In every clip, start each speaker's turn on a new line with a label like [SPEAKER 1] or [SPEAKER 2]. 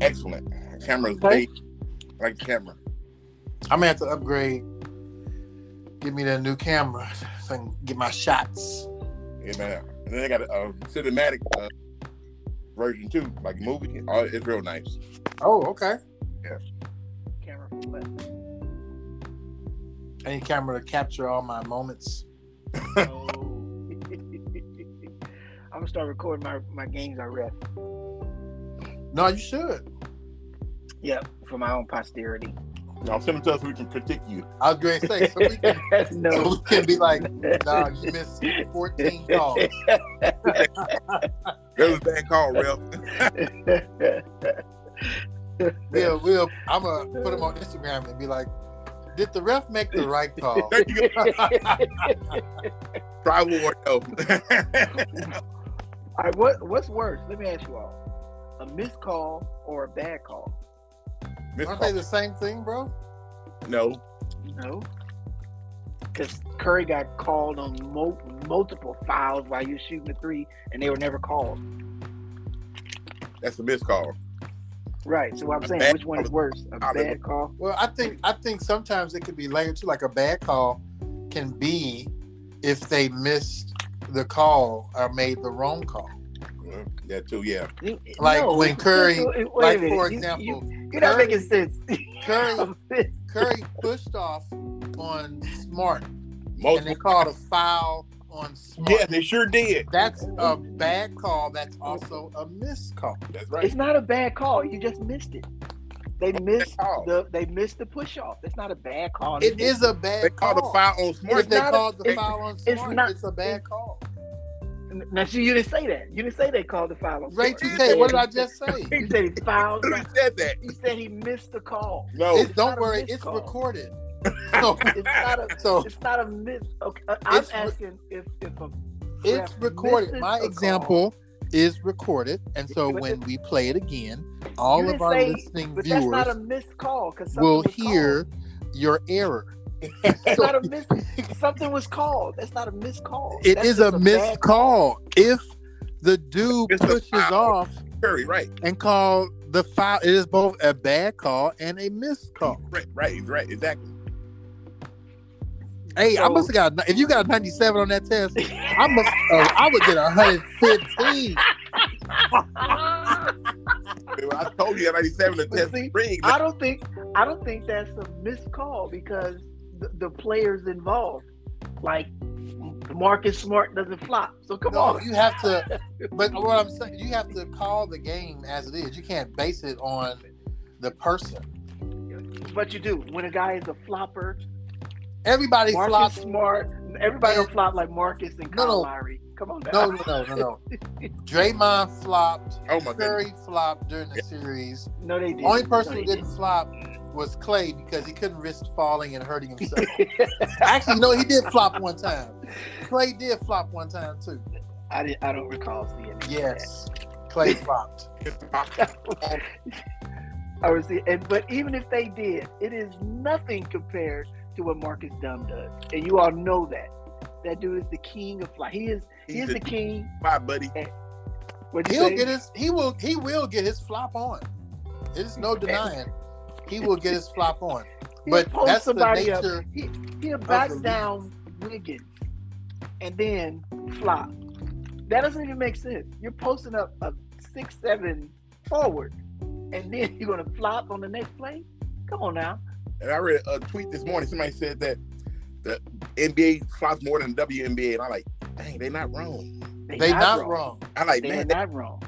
[SPEAKER 1] excellent. The camera's
[SPEAKER 2] Okay.
[SPEAKER 1] big. I like the camera.
[SPEAKER 2] I'm gonna have to upgrade. Give me that new camera so I can get my shots.
[SPEAKER 1] Yeah, man. And then they got a, uh cinematic uh, version too, like movie. Oh, it's real nice.
[SPEAKER 2] Oh, okay.
[SPEAKER 3] camera. But
[SPEAKER 2] I need a camera to capture all my moments.
[SPEAKER 3] no. I'm gonna start recording my, my games I ref.
[SPEAKER 2] No, you should.
[SPEAKER 3] Yep, for my own posterity.
[SPEAKER 1] Now send them to us so we can critique you.
[SPEAKER 2] I was going to say, so we can, so
[SPEAKER 3] no.
[SPEAKER 2] we can be like, nah, you missed 14 calls.
[SPEAKER 1] That was a bad call, Ralph.
[SPEAKER 2] We'll, we'll, I'm going to put them on Instagram and be like, did the ref make the right call?
[SPEAKER 1] Thank you. Tribal war. No.
[SPEAKER 3] All right, what what's worse? Let me ask you all: a missed call or a bad call?
[SPEAKER 1] Missed
[SPEAKER 2] Aren't
[SPEAKER 1] call.
[SPEAKER 2] they the same thing, bro?
[SPEAKER 1] No.
[SPEAKER 3] No, because Curry got called on mul- multiple fouls while you was shooting a three, and they were never called.
[SPEAKER 1] That's a missed call.
[SPEAKER 3] Right. So I'm
[SPEAKER 1] A
[SPEAKER 3] saying,
[SPEAKER 1] bad-
[SPEAKER 3] which one is worse? A
[SPEAKER 1] I was-
[SPEAKER 3] bad call.
[SPEAKER 2] Well, I think I think sometimes it could be layered too. Like a bad call can be if they missed the call or made the wrong call.
[SPEAKER 1] Yeah, That too, yeah.
[SPEAKER 3] You-
[SPEAKER 2] Like
[SPEAKER 3] no,
[SPEAKER 2] when
[SPEAKER 3] you-
[SPEAKER 2] Curry-
[SPEAKER 3] you- wait a
[SPEAKER 2] like
[SPEAKER 3] minute,
[SPEAKER 2] for
[SPEAKER 3] you-
[SPEAKER 2] example,
[SPEAKER 3] you, are not
[SPEAKER 2] Curry-
[SPEAKER 3] making sense.
[SPEAKER 2] Curry
[SPEAKER 3] I'm pissed.
[SPEAKER 2] Curry pushed off on Smart, and they
[SPEAKER 1] Multiple.
[SPEAKER 2] called a foul on Smart.
[SPEAKER 1] Yeah, they sure did.
[SPEAKER 2] That's a bad call. That's also a missed call.
[SPEAKER 1] That's
[SPEAKER 3] it's
[SPEAKER 1] right.
[SPEAKER 3] not a bad call. You just missed it. They missed
[SPEAKER 1] call.
[SPEAKER 3] the they missed the push off. That's not a bad call.
[SPEAKER 2] It is a
[SPEAKER 1] They
[SPEAKER 2] bad call.
[SPEAKER 1] called a foul on
[SPEAKER 2] If
[SPEAKER 1] Smart.
[SPEAKER 2] they
[SPEAKER 3] not a-
[SPEAKER 2] called the
[SPEAKER 1] it's-
[SPEAKER 2] foul on
[SPEAKER 3] it's
[SPEAKER 2] Smart,
[SPEAKER 3] not-
[SPEAKER 2] it's a bad call.
[SPEAKER 3] Now, see, you didn't say that. You didn't say they called the foul. on
[SPEAKER 2] Ray
[SPEAKER 3] Smart. You
[SPEAKER 2] 2K, what did I
[SPEAKER 3] said-
[SPEAKER 2] just say?
[SPEAKER 3] He said he fouled.
[SPEAKER 1] Who said that?
[SPEAKER 3] He said he missed the call.
[SPEAKER 1] No.
[SPEAKER 3] not
[SPEAKER 2] It's, don't
[SPEAKER 3] a
[SPEAKER 2] worry,
[SPEAKER 3] missed
[SPEAKER 2] it's
[SPEAKER 3] call.
[SPEAKER 2] recorded. So,
[SPEAKER 3] It's not a.
[SPEAKER 2] so
[SPEAKER 3] It's not a miss. Okay, uh, I'm
[SPEAKER 2] It's re-
[SPEAKER 3] asking if if a
[SPEAKER 2] it's
[SPEAKER 3] ref
[SPEAKER 2] recorded.
[SPEAKER 3] misses
[SPEAKER 2] My
[SPEAKER 3] a call.
[SPEAKER 2] example is recorded, and so
[SPEAKER 3] But
[SPEAKER 2] when
[SPEAKER 3] the-
[SPEAKER 2] we play it again, all
[SPEAKER 3] You
[SPEAKER 2] of
[SPEAKER 3] didn't
[SPEAKER 2] our
[SPEAKER 3] say-
[SPEAKER 2] listening
[SPEAKER 3] But that's
[SPEAKER 2] viewers
[SPEAKER 3] not a missed call because
[SPEAKER 2] will hear your error.
[SPEAKER 3] It's not a miss. Something was called. That's not a missed call.
[SPEAKER 2] It
[SPEAKER 3] That's
[SPEAKER 2] is
[SPEAKER 3] just
[SPEAKER 2] a missed
[SPEAKER 3] bad
[SPEAKER 2] call if the dude
[SPEAKER 1] It's a
[SPEAKER 2] pushes
[SPEAKER 1] foul.
[SPEAKER 2] off
[SPEAKER 1] Curry, right.
[SPEAKER 2] and call the foul. It is both a bad call and a missed call.
[SPEAKER 1] Right, right, right, exactly.
[SPEAKER 2] Hey, I
[SPEAKER 3] So-
[SPEAKER 2] must have got if you got a 97 on that test, I must uh, I would get a 115.
[SPEAKER 3] I
[SPEAKER 1] I told you at 97 to
[SPEAKER 3] But
[SPEAKER 1] test
[SPEAKER 3] see,
[SPEAKER 1] rig.
[SPEAKER 3] don't think. I don't think that's a missed call because the, the players involved, like Marcus Smart, doesn't flop. So come
[SPEAKER 2] No,
[SPEAKER 3] on.
[SPEAKER 2] you have to. But what I'm saying, you have to call the game as it is. You can't base it on the person.
[SPEAKER 3] But you do when a guy is a flopper.
[SPEAKER 2] Everybody
[SPEAKER 3] Marcus
[SPEAKER 2] flops.
[SPEAKER 3] Smart. Everybody don't flop like Marcus and
[SPEAKER 2] No,
[SPEAKER 3] Kyle
[SPEAKER 2] no.
[SPEAKER 3] Lowry. Come on, now.
[SPEAKER 2] No, no, no, no, no. Draymond flopped.
[SPEAKER 1] Oh my goodness.
[SPEAKER 2] Curry flopped during the series.
[SPEAKER 3] no, they didn't.
[SPEAKER 2] Only
[SPEAKER 3] No,
[SPEAKER 2] person
[SPEAKER 3] they
[SPEAKER 2] who didn't flop was Clay because he couldn't risk falling and hurting himself. Actually, no, he did flop one time. Clay did flop one time too.
[SPEAKER 3] I did, I don't recall seeing. it.
[SPEAKER 2] Yes, Clay flopped.
[SPEAKER 3] I was the, and but even if they did, it is nothing compared to what Marcus Dunn does, and you all know that. That dude is the king of fly. He is he
[SPEAKER 1] He's
[SPEAKER 3] is
[SPEAKER 1] the-
[SPEAKER 3] the king.
[SPEAKER 1] Bye, buddy.
[SPEAKER 3] What you
[SPEAKER 2] He'll
[SPEAKER 3] say?
[SPEAKER 2] get his. He will. He will get his flop on. There's no denying. He will get his flop on.
[SPEAKER 3] He'll
[SPEAKER 2] But
[SPEAKER 3] post
[SPEAKER 2] that's the
[SPEAKER 3] somebody up.
[SPEAKER 2] nature.
[SPEAKER 3] He he
[SPEAKER 2] the
[SPEAKER 3] backs
[SPEAKER 2] league.
[SPEAKER 3] down Wiggins, and then flop. That doesn't even make sense. You're posting up a six seven forward, and then you're gonna flop on the next play. Come on now.
[SPEAKER 1] And I read a tweet this morning. Somebody said that the NBA flops more than WNBA, and I like, dang, they not wrong.
[SPEAKER 2] They not wrong.
[SPEAKER 1] I like,
[SPEAKER 3] They are
[SPEAKER 1] man,
[SPEAKER 3] not wrong.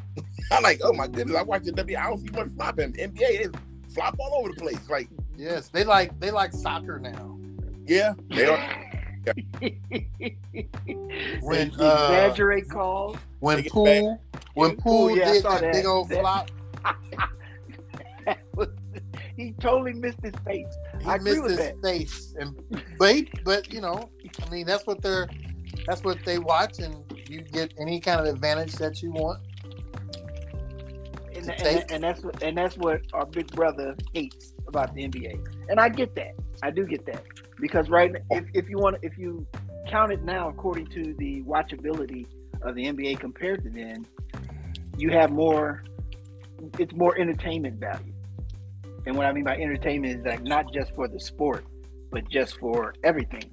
[SPEAKER 1] I like, oh my goodness, I watch the WNBA. I don't see much flopping. NBA is flop all over the place. Like,
[SPEAKER 2] Yes, they like they like soccer now.
[SPEAKER 1] yeah, they don't.
[SPEAKER 2] When,
[SPEAKER 3] They
[SPEAKER 2] uh,
[SPEAKER 3] exaggerate calls.
[SPEAKER 1] They
[SPEAKER 2] When
[SPEAKER 1] get
[SPEAKER 2] Poole, when
[SPEAKER 3] Yeah,
[SPEAKER 2] Poole
[SPEAKER 3] yeah, I
[SPEAKER 2] did
[SPEAKER 3] saw
[SPEAKER 2] that
[SPEAKER 3] that.
[SPEAKER 2] big old
[SPEAKER 3] That-
[SPEAKER 2] flop,
[SPEAKER 3] he totally missed his face.
[SPEAKER 2] he
[SPEAKER 3] I agree
[SPEAKER 2] missed
[SPEAKER 3] with
[SPEAKER 2] his
[SPEAKER 3] that.
[SPEAKER 2] face and but but you know i mean that's what they're that's what they watch and you get any kind of advantage that you want
[SPEAKER 3] And,
[SPEAKER 2] To
[SPEAKER 3] and,
[SPEAKER 2] take-
[SPEAKER 3] and that's what and that's what our big brother hates about the NBA. And I get that. I do get that because right, if, if you want, if you count it now according to the watchability of the NBA compared to then, you have more it's more entertainment value. And what I mean by entertainment is like not just for the sport, but just for everything.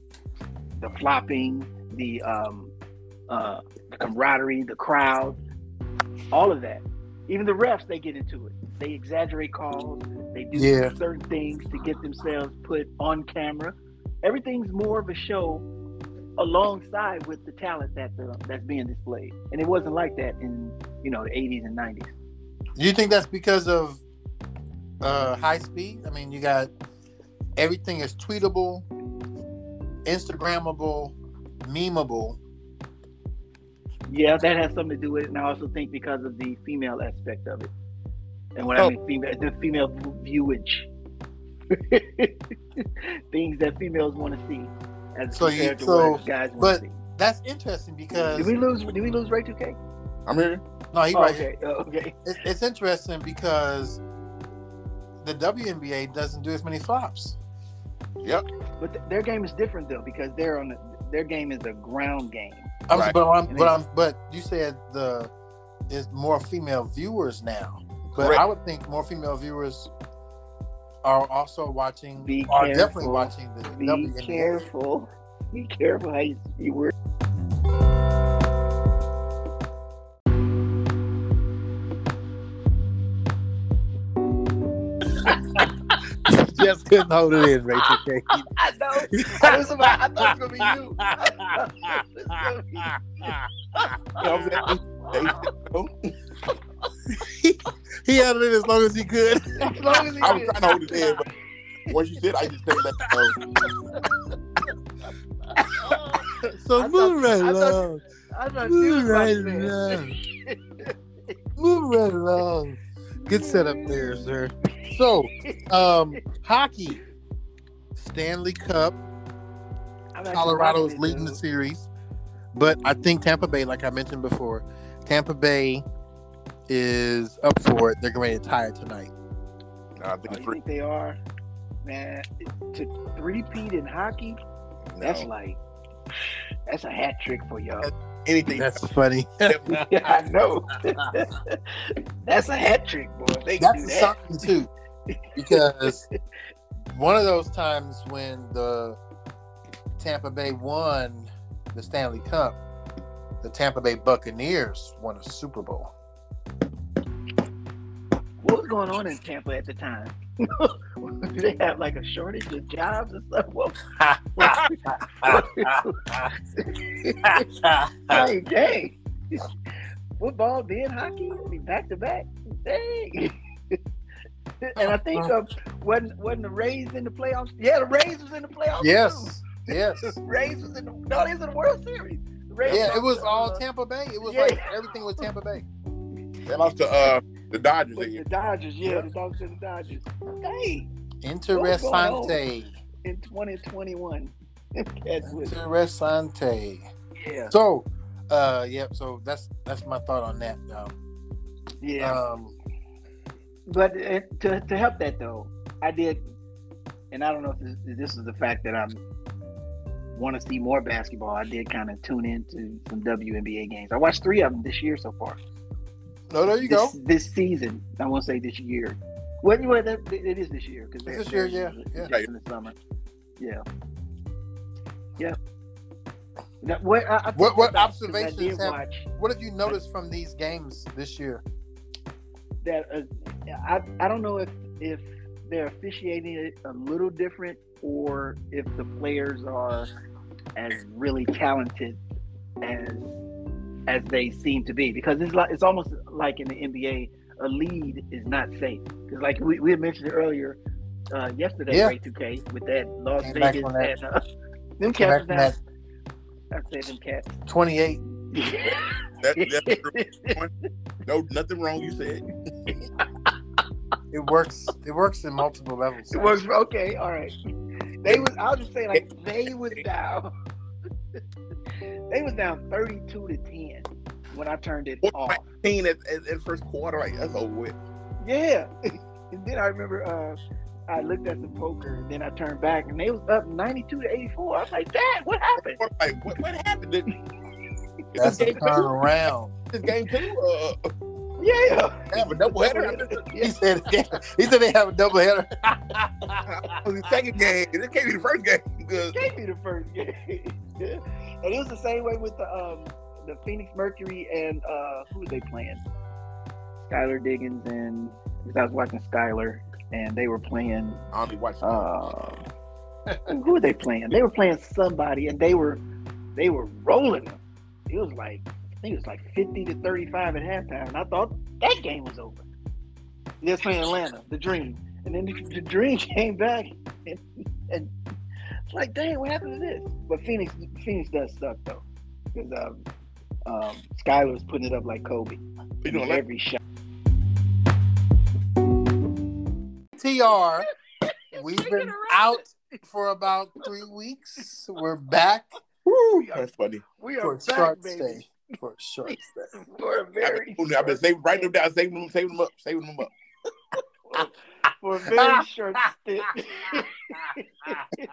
[SPEAKER 3] The flopping, the um uh the camaraderie, the crowd, all of that. Even the refs they get into it. They exaggerate calls, they do
[SPEAKER 2] Yeah.
[SPEAKER 3] certain things to get themselves put on camera. Everything's more of a show alongside with the talent that uh, that's being displayed. And it wasn't like that in, you know, the 80s and 90s.
[SPEAKER 2] Do you think that's because of uh, high speed? I mean, you got everything is tweetable, Instagrammable, memeable.
[SPEAKER 3] Yeah, that has something to do with it, and I also think because of the female aspect of it, and what
[SPEAKER 2] Oh.
[SPEAKER 3] I mean, female, the female viewage, things that females want to see, as
[SPEAKER 2] So you-
[SPEAKER 3] compared to
[SPEAKER 2] so-
[SPEAKER 3] what guys want
[SPEAKER 2] but-
[SPEAKER 3] to see.
[SPEAKER 2] That's interesting because
[SPEAKER 3] Did we lose? Did we lose Ray Two K?
[SPEAKER 1] I'm here.
[SPEAKER 2] no, he
[SPEAKER 3] Oh,
[SPEAKER 2] right.
[SPEAKER 3] okay, oh, okay.
[SPEAKER 2] It, it's interesting because the WNBA doesn't do as many flops.
[SPEAKER 3] But th- their game is different though because they're on the, their game is a ground game.
[SPEAKER 2] I'm,
[SPEAKER 1] Right.
[SPEAKER 2] But I'm,
[SPEAKER 3] And
[SPEAKER 2] but
[SPEAKER 3] they-
[SPEAKER 2] I'm, but you said the there's more female viewers now. But
[SPEAKER 1] Correct.
[SPEAKER 2] I would think more female viewers are also watching.
[SPEAKER 3] Be
[SPEAKER 2] are definitely
[SPEAKER 3] careful.
[SPEAKER 2] watching the
[SPEAKER 3] Be
[SPEAKER 2] WNBA.
[SPEAKER 3] careful. Be careful how you, you word.
[SPEAKER 2] just couldn't hold it in, Rachel K.
[SPEAKER 3] I know. I, was about, I thought it was gonna be you. I thought it was gonna be
[SPEAKER 2] He held it in as long as he could.
[SPEAKER 3] As long as he
[SPEAKER 1] I was
[SPEAKER 3] did.
[SPEAKER 1] trying to hold it in, but once you said, um, I just couldn't let go.
[SPEAKER 2] So
[SPEAKER 3] I
[SPEAKER 2] move
[SPEAKER 3] thought-
[SPEAKER 2] right
[SPEAKER 3] I thought-
[SPEAKER 2] along.
[SPEAKER 3] I thought you was about
[SPEAKER 2] Move right
[SPEAKER 3] to say it.
[SPEAKER 2] along. Move right along. Good setup there, sir. So, um, hockey. Stanley Cup.
[SPEAKER 3] I'm actually
[SPEAKER 2] Colorado's
[SPEAKER 3] watching it,
[SPEAKER 2] leading the
[SPEAKER 3] dude.
[SPEAKER 2] series. But I think Tampa Bay, like I mentioned before, Tampa Bay is up for it. They're going to tie it tonight.
[SPEAKER 1] Nah, I think
[SPEAKER 3] Oh,
[SPEAKER 1] it's
[SPEAKER 3] you
[SPEAKER 1] three.
[SPEAKER 3] think they are, man? To three-peat in hockey, that's
[SPEAKER 1] No.
[SPEAKER 3] like that's a hat trick for y'all.
[SPEAKER 1] Anything.
[SPEAKER 2] That's funny.
[SPEAKER 3] Yeah, I know. that's a hat trick, boy. If They can
[SPEAKER 2] That's
[SPEAKER 3] do that.
[SPEAKER 2] something too, because one of those times when the Tampa Bay won the Stanley Cup, the Tampa Bay Buccaneers won a Super Bowl.
[SPEAKER 3] What was going on in Tampa at the time? Did they have like a shortage of jobs and stuff? What? Hey, dang. Football, then hockey, I mean, back to back. Dang. and I think
[SPEAKER 2] Uh-huh.
[SPEAKER 3] of wasn't wasn't the Rays in the playoffs? Yeah, the Rays was in the playoffs.
[SPEAKER 2] yes, yes,
[SPEAKER 3] too. The Rays was in the no, they was in the World Series. The Rays
[SPEAKER 2] yeah. It was
[SPEAKER 3] uh,
[SPEAKER 2] all Tampa Bay. It was
[SPEAKER 3] Yeah.
[SPEAKER 2] like everything was Tampa Bay.
[SPEAKER 1] They lost to uh, the Dodgers. that
[SPEAKER 3] with the
[SPEAKER 1] year.
[SPEAKER 3] Dodgers, yeah, the Dodgers and the Dodgers. Hey,
[SPEAKER 2] Interessante,
[SPEAKER 3] in 2021. That's what-
[SPEAKER 2] interessante.
[SPEAKER 3] yeah,
[SPEAKER 2] So, uh, yep. So that's that's my thought on that. Um,
[SPEAKER 3] yeah.
[SPEAKER 2] um,
[SPEAKER 3] But uh, to, to help that though, I did, and I don't know if this, if this is the fact that I'm want to see more basketball. I did kind of tune into some WNBA games. I watched three of them this year so far.
[SPEAKER 2] no, there you
[SPEAKER 3] this,
[SPEAKER 2] go.
[SPEAKER 3] This season, I won't say this year. Well, you know, that, it is this year because
[SPEAKER 2] It's this year, yeah, yeah.
[SPEAKER 3] in the summer, yeah, yeah. That- what I, I think
[SPEAKER 2] What- what
[SPEAKER 3] that's because I
[SPEAKER 2] observations
[SPEAKER 3] did
[SPEAKER 2] have-
[SPEAKER 3] watch-
[SPEAKER 2] What have you noticed from these games this year?
[SPEAKER 3] that uh, I, I don't know if if they're officiating it a little different or if the players are as really talented as as they seem to be because it's like it's almost like in the NBA a lead is not safe because like we, we had mentioned earlier uh, yesterday
[SPEAKER 2] Yeah.
[SPEAKER 3] Ray 2K with that Las
[SPEAKER 2] Came back
[SPEAKER 3] Vegas
[SPEAKER 2] from that.
[SPEAKER 3] and uh, them
[SPEAKER 2] Came
[SPEAKER 3] cats was
[SPEAKER 2] back from
[SPEAKER 3] down.
[SPEAKER 2] that
[SPEAKER 3] I said them cats
[SPEAKER 2] 28.
[SPEAKER 1] That, that's true. No, nothing wrong. You said.
[SPEAKER 2] It works. It works in multiple levels.
[SPEAKER 3] It was okay. All right. They was. I'll just say like they was down. they was down thirty-two to ten when I turned it off.
[SPEAKER 1] Team at, at, at first quarter, like that's over with.
[SPEAKER 3] Yeah. and then I remember uh, I looked at the poker. And then I turned back and they was up ninety-two to eighty-four. I was like, Dad, what happened?
[SPEAKER 1] Like what, what happened? Did,
[SPEAKER 2] That's
[SPEAKER 1] this
[SPEAKER 2] a
[SPEAKER 1] game two?
[SPEAKER 2] turnaround.
[SPEAKER 1] This game two? Uh,
[SPEAKER 3] Yeah.
[SPEAKER 1] They have a doubleheader. I missed
[SPEAKER 2] He said he said they have a doubleheader.
[SPEAKER 1] the second game. This can't be the first game. Because
[SPEAKER 3] It can't be the first game. and it was the same way with the um, the Phoenix Mercury and uh, who were they playing? Skylar Diggins and because I was watching Skylar and they were playing.
[SPEAKER 1] I only watched.
[SPEAKER 3] Uh, who were they playing? They were playing somebody and they were they were rolling them. It was like I think it was like fifty to thirty five at halftime, and I thought that game was over. They was playing Atlanta, the Dream, and then the, the Dream came back and, and it's like, dang, what happened to this? But Phoenix, Phoenix does suck though, because um, um, Skyler was putting it up like Kobe.
[SPEAKER 1] you doing like
[SPEAKER 3] every shot.
[SPEAKER 2] TR, we've
[SPEAKER 3] Freaking
[SPEAKER 2] been
[SPEAKER 3] around.
[SPEAKER 2] out for about three weeks. We're back
[SPEAKER 1] Woo, that's funny.
[SPEAKER 3] We
[SPEAKER 2] for
[SPEAKER 3] are
[SPEAKER 2] a
[SPEAKER 3] back,
[SPEAKER 2] short
[SPEAKER 3] baby.
[SPEAKER 2] stay. For a short stay.
[SPEAKER 3] For a
[SPEAKER 1] I've
[SPEAKER 3] very,
[SPEAKER 1] been, I've been
[SPEAKER 3] short
[SPEAKER 1] saving, writing them
[SPEAKER 3] stay.
[SPEAKER 1] down, saving them, saving them up, saving them up.
[SPEAKER 3] for a very short stint.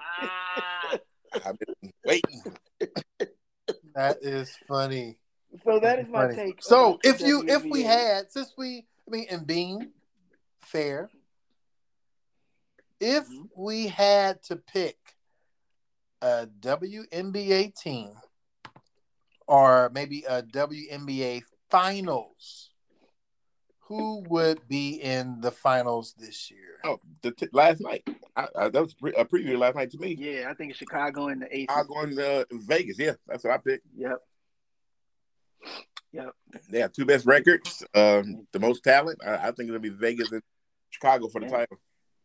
[SPEAKER 1] I've been waiting.
[SPEAKER 2] That is funny.
[SPEAKER 3] so that is my
[SPEAKER 2] Funny.
[SPEAKER 3] take.
[SPEAKER 2] So
[SPEAKER 3] about the
[SPEAKER 2] if you if we
[SPEAKER 3] WNBA.
[SPEAKER 2] had since we I mean and being fair, if
[SPEAKER 3] Mhm.
[SPEAKER 2] we had to pick a WNBA team or maybe a WNBA finals, who would be in the finals this year?
[SPEAKER 1] Oh, the t- last night. I, I, that was pre- a preview last night to me.
[SPEAKER 3] yeah, I think it's Chicago and the Aces.
[SPEAKER 1] I'll go in uh, Vegas. Yeah, that's what I picked.
[SPEAKER 3] Yep.
[SPEAKER 1] They have two best records, um, the most talent. I, I think it'll be Vegas and Chicago for the
[SPEAKER 3] Yeah.
[SPEAKER 1] title.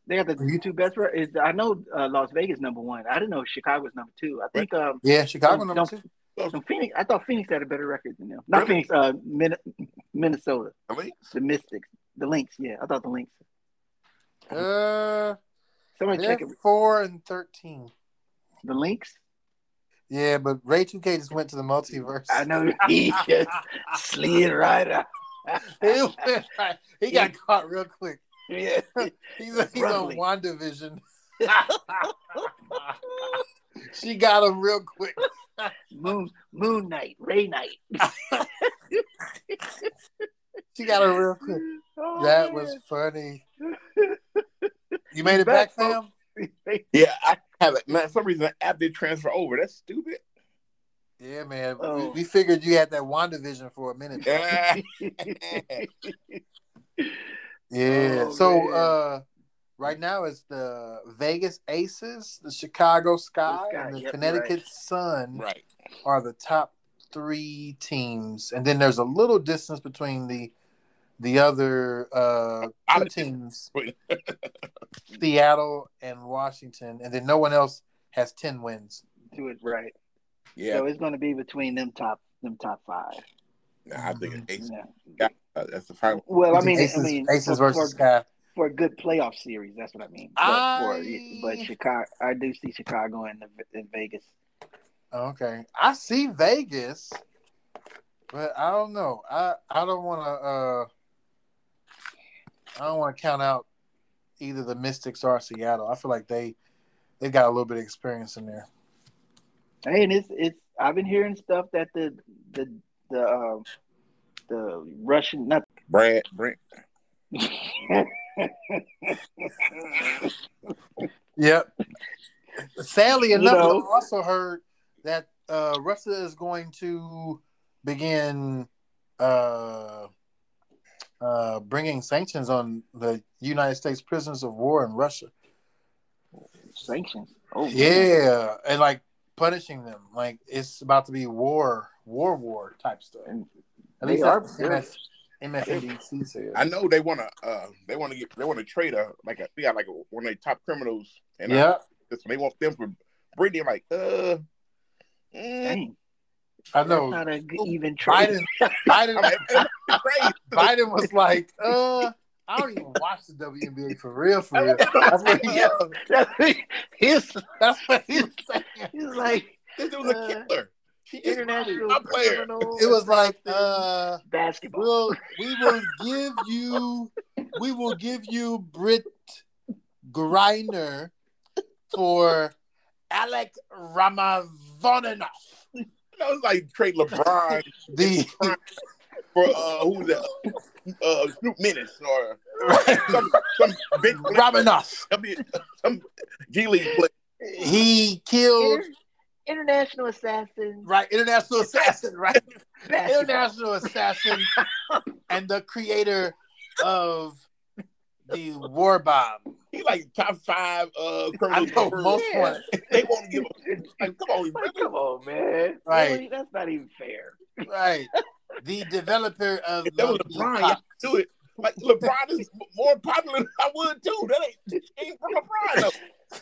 [SPEAKER 3] They got the
[SPEAKER 2] Mm-hmm.
[SPEAKER 3] YouTube best. re- Is I know uh, Las Vegas number one. I didn't know Chicago's number two. I think um,
[SPEAKER 2] Yeah, Chicago
[SPEAKER 3] Don't-
[SPEAKER 2] number
[SPEAKER 3] don't-
[SPEAKER 2] two.
[SPEAKER 3] so Phoenix. I thought Phoenix had a better record than them.
[SPEAKER 1] Really?
[SPEAKER 3] Not Phoenix. Uh, Min- Minnesota.
[SPEAKER 1] I mean,
[SPEAKER 3] The Mystics. The Lynx. Yeah, I thought the Lynx.
[SPEAKER 2] Uh,
[SPEAKER 3] Somebody
[SPEAKER 2] they're
[SPEAKER 3] check it.
[SPEAKER 2] four and thirteen.
[SPEAKER 3] The Lynx.
[SPEAKER 2] Yeah, but Ray 2K just went to the multiverse.
[SPEAKER 3] I know he just slid right out.
[SPEAKER 2] he, went right- he got caught real quick.
[SPEAKER 3] yeah.
[SPEAKER 2] He's, he's
[SPEAKER 3] Roughly.
[SPEAKER 2] on WandaVision. she got him real quick.
[SPEAKER 3] Moon Moon Knight. Ray Knight.
[SPEAKER 2] She got him real quick.
[SPEAKER 3] Oh,
[SPEAKER 2] That
[SPEAKER 3] man.
[SPEAKER 2] was funny. You made it back, fam?
[SPEAKER 1] yeah, I have it. Now, for some reason, after they transfer over, that's stupid.
[SPEAKER 2] Yeah, man. We-
[SPEAKER 3] Oh.
[SPEAKER 2] We, figured you had that WandaVision for a minute.
[SPEAKER 1] Yeah.
[SPEAKER 2] Yeah.
[SPEAKER 3] Oh,
[SPEAKER 2] so
[SPEAKER 3] man.
[SPEAKER 2] uh right now it's the Vegas Aces, the Chicago Sky,
[SPEAKER 3] Sky,
[SPEAKER 2] and the
[SPEAKER 3] yep,
[SPEAKER 2] Connecticut Sun
[SPEAKER 1] right.
[SPEAKER 2] are the top three teams. And then there's a little distance between the the other uh two
[SPEAKER 1] I'm-
[SPEAKER 2] teams Seattle and Washington. And then no one else has ten wins.
[SPEAKER 3] Do it right.
[SPEAKER 1] Yeah,
[SPEAKER 3] So it's going to be between them top them top five.
[SPEAKER 1] I think it's,
[SPEAKER 3] Yeah.
[SPEAKER 1] uh, that's the final.
[SPEAKER 3] Well, I mean,
[SPEAKER 2] Aces,
[SPEAKER 3] I mean,
[SPEAKER 2] Aces
[SPEAKER 3] for,
[SPEAKER 2] versus
[SPEAKER 3] for,
[SPEAKER 2] Sky.
[SPEAKER 3] for a good playoff series, that's what I mean. But,
[SPEAKER 2] I-
[SPEAKER 3] for, but Chicago, I do see Chicago and, the, and Vegas.
[SPEAKER 2] Okay. I see Vegas, but I don't know. I I don't want to uh I don't want to count out either the Mystics or Seattle. I feel like they they got a little bit of experience in there.
[SPEAKER 3] Hey, and it's it's. I've been hearing stuff that the the the um, the Russian not
[SPEAKER 1] Brad, Brent.
[SPEAKER 2] Yep. Sadly
[SPEAKER 3] You
[SPEAKER 2] enough,
[SPEAKER 3] know.
[SPEAKER 2] I also heard that uh Russia is going to begin uh uh bringing sanctions on the United States prisoners of war in Russia.
[SPEAKER 3] sanctions. Oh
[SPEAKER 2] Yeah, and like punishing them, like it's about to be war, war, war type stuff.
[SPEAKER 3] And
[SPEAKER 2] At
[SPEAKER 3] they
[SPEAKER 2] least
[SPEAKER 3] are-
[SPEAKER 2] that's what MS, MSNBC said.
[SPEAKER 1] I know they want to. Uh, they want to get. They want to trade a like a. They got like a, one of the top criminals, and
[SPEAKER 2] yeah,
[SPEAKER 1] I, they want them for Brittany. Like, uh, mm,
[SPEAKER 3] dang,
[SPEAKER 2] I
[SPEAKER 3] that's
[SPEAKER 2] know.
[SPEAKER 3] not a good, even trade.
[SPEAKER 2] Biden,
[SPEAKER 1] I'm
[SPEAKER 2] Biden,
[SPEAKER 1] like, it's crazy.
[SPEAKER 2] Biden was like, uh, I don't even watch the WNBA for real, for real. That's what he,
[SPEAKER 3] Yeah. His
[SPEAKER 2] that's what he was saying.
[SPEAKER 3] He's like
[SPEAKER 1] This dude's a
[SPEAKER 3] Uh,
[SPEAKER 1] killer. She just
[SPEAKER 3] international
[SPEAKER 1] my player.
[SPEAKER 3] criminal
[SPEAKER 2] It was like, uh,
[SPEAKER 3] basketball.
[SPEAKER 2] we'll we will give you we will give you Brit Griner for Alec Ramavoninoff.
[SPEAKER 1] That was like trade LeBron
[SPEAKER 2] The
[SPEAKER 1] for uh who's that? Uh uh, Snoop Menace or
[SPEAKER 2] Right.
[SPEAKER 1] some some big
[SPEAKER 2] Rabinoth.
[SPEAKER 1] some G League player.
[SPEAKER 2] He killed
[SPEAKER 3] Inter- international assassin.
[SPEAKER 2] right international assassin, right?
[SPEAKER 3] basketball.
[SPEAKER 2] International assassin and the creator of the war bomb.
[SPEAKER 1] He like top five uh
[SPEAKER 2] I
[SPEAKER 1] criminal.
[SPEAKER 2] know most
[SPEAKER 3] Yeah.
[SPEAKER 2] wanted.
[SPEAKER 1] They won't give a like, come on,
[SPEAKER 3] Like,
[SPEAKER 1] really?
[SPEAKER 3] come on, man.
[SPEAKER 2] Right.
[SPEAKER 3] Really? That's not even fair.
[SPEAKER 2] Right. The developer of
[SPEAKER 1] If that was
[SPEAKER 2] Loki
[SPEAKER 1] LeBron,
[SPEAKER 2] Pop.
[SPEAKER 1] y'all do it. Like LeBron is more popular than I would too. That ain't, ain't from LeBron.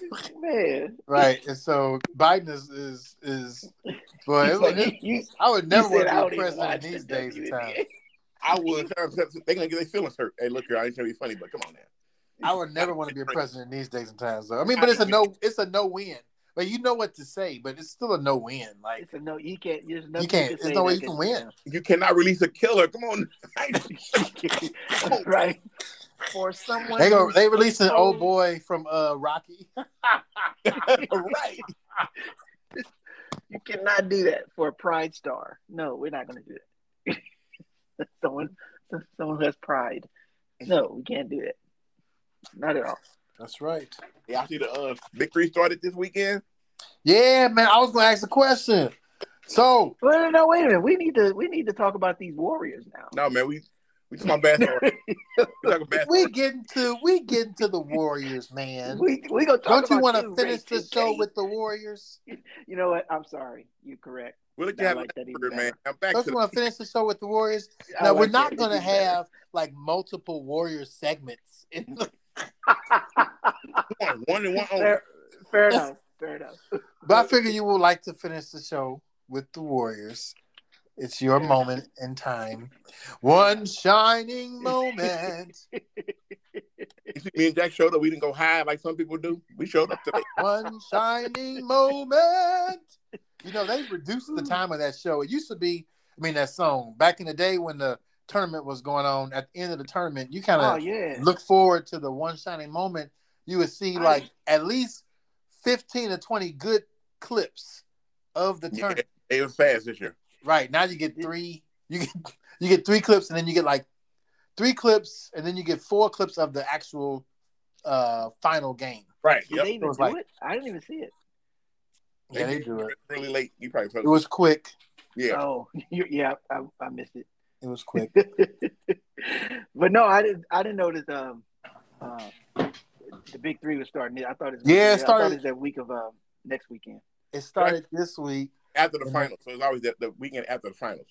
[SPEAKER 1] though.
[SPEAKER 3] Man.
[SPEAKER 2] Right. And so Biden is is is boy,
[SPEAKER 3] You
[SPEAKER 2] it was-
[SPEAKER 3] said- you- you
[SPEAKER 2] I would never
[SPEAKER 3] said
[SPEAKER 2] want
[SPEAKER 3] I
[SPEAKER 2] to
[SPEAKER 3] don't
[SPEAKER 2] be
[SPEAKER 3] even
[SPEAKER 2] president
[SPEAKER 3] watch
[SPEAKER 2] these
[SPEAKER 3] the
[SPEAKER 2] days and
[SPEAKER 3] WNBA.
[SPEAKER 2] times.
[SPEAKER 1] I would. They're gonna get their feelings hurt. Hey, look here, I ain't trying to be funny, but come on now.
[SPEAKER 2] I would never want to be a president these days and times though. I mean, but it's a no it's a no win. Like you know what to say, but it's still a no win. Like
[SPEAKER 3] It's a no. You can't. There's nothing
[SPEAKER 2] you can't
[SPEAKER 3] can say
[SPEAKER 2] there's no way
[SPEAKER 3] that
[SPEAKER 2] you can win.
[SPEAKER 1] You cannot release a killer. Come on.
[SPEAKER 3] can- right. For someone.
[SPEAKER 2] They go
[SPEAKER 3] who's
[SPEAKER 2] they released an
[SPEAKER 3] so-
[SPEAKER 2] old boy from uh Rocky.
[SPEAKER 1] right.
[SPEAKER 3] You cannot do that for a pride star. No, we're not going to do that. someone, someone who has pride. No, we can't do that. Not at all.
[SPEAKER 2] That's right.
[SPEAKER 1] Y'all see the uh, big three started this weekend.
[SPEAKER 2] Yeah, man. I was gonna ask a question. So
[SPEAKER 3] Well, no, no, wait a minute. We need to. We need to talk about these warriors now.
[SPEAKER 1] No, man, we we talking about basketball. we talking basketball.
[SPEAKER 2] we getting to we getting to the Warriors, man.
[SPEAKER 3] We we gonna talk
[SPEAKER 2] Don't you
[SPEAKER 3] about
[SPEAKER 2] want
[SPEAKER 3] you,
[SPEAKER 2] to finish
[SPEAKER 3] Ray
[SPEAKER 2] the show
[SPEAKER 3] 2K.
[SPEAKER 2] with the Warriors?
[SPEAKER 3] You know what? I'm sorry. You're correct.
[SPEAKER 1] We're looking
[SPEAKER 3] I
[SPEAKER 1] at
[SPEAKER 3] like that even
[SPEAKER 1] Bird, man.
[SPEAKER 3] better.
[SPEAKER 1] I'm back
[SPEAKER 2] Don't
[SPEAKER 1] to
[SPEAKER 2] you
[SPEAKER 1] the,
[SPEAKER 2] want to finish the show with the Warriors?
[SPEAKER 3] I
[SPEAKER 2] Now we're
[SPEAKER 3] like
[SPEAKER 2] not
[SPEAKER 3] that
[SPEAKER 2] gonna
[SPEAKER 3] even better.
[SPEAKER 2] have like multiple Warrior segments.
[SPEAKER 1] one, one and one. Only.
[SPEAKER 3] fair, fair enough. Fair enough.
[SPEAKER 2] but I figure you would like to finish the show with the Warriors. It's your moment in time. One shining moment.
[SPEAKER 1] You see, me and Jack showed up. We didn't go high like some people do. We showed up today.
[SPEAKER 2] One shining moment. You know, they reduced the time of that show. It used to be, I mean, that song back in the day when the tournament was going on at the end of the tournament, you kind of
[SPEAKER 3] Oh yeah.
[SPEAKER 2] look forward to the one shining moment, you would see
[SPEAKER 3] Right.
[SPEAKER 2] like at least 15 to 20 good clips of the
[SPEAKER 1] Yeah,
[SPEAKER 2] tournament.
[SPEAKER 1] it was fast this year.
[SPEAKER 2] Right. Now you get three, you get you get three clips and then you get like three clips and then you get four clips of the actual uh final game.
[SPEAKER 1] Right.
[SPEAKER 3] Did
[SPEAKER 1] Yep.
[SPEAKER 3] they even
[SPEAKER 2] was
[SPEAKER 3] do
[SPEAKER 2] like-
[SPEAKER 3] it? I didn't even see it.
[SPEAKER 2] Yeah, they do it.
[SPEAKER 1] Really late. You probably
[SPEAKER 2] It
[SPEAKER 1] felt
[SPEAKER 2] was quick.
[SPEAKER 1] yeah.
[SPEAKER 3] Oh, you yeah, I, I missed it.
[SPEAKER 2] It was quick.
[SPEAKER 3] but no, I didn't. I didn't notice um, uh, the big three was starting. I thought it was
[SPEAKER 2] Yeah, it
[SPEAKER 3] I thought
[SPEAKER 2] started-
[SPEAKER 3] it was that week of um, next weekend.
[SPEAKER 2] It started this week.
[SPEAKER 1] After the
[SPEAKER 2] Mhm.
[SPEAKER 1] finals, so it's always the, the weekend after the finals.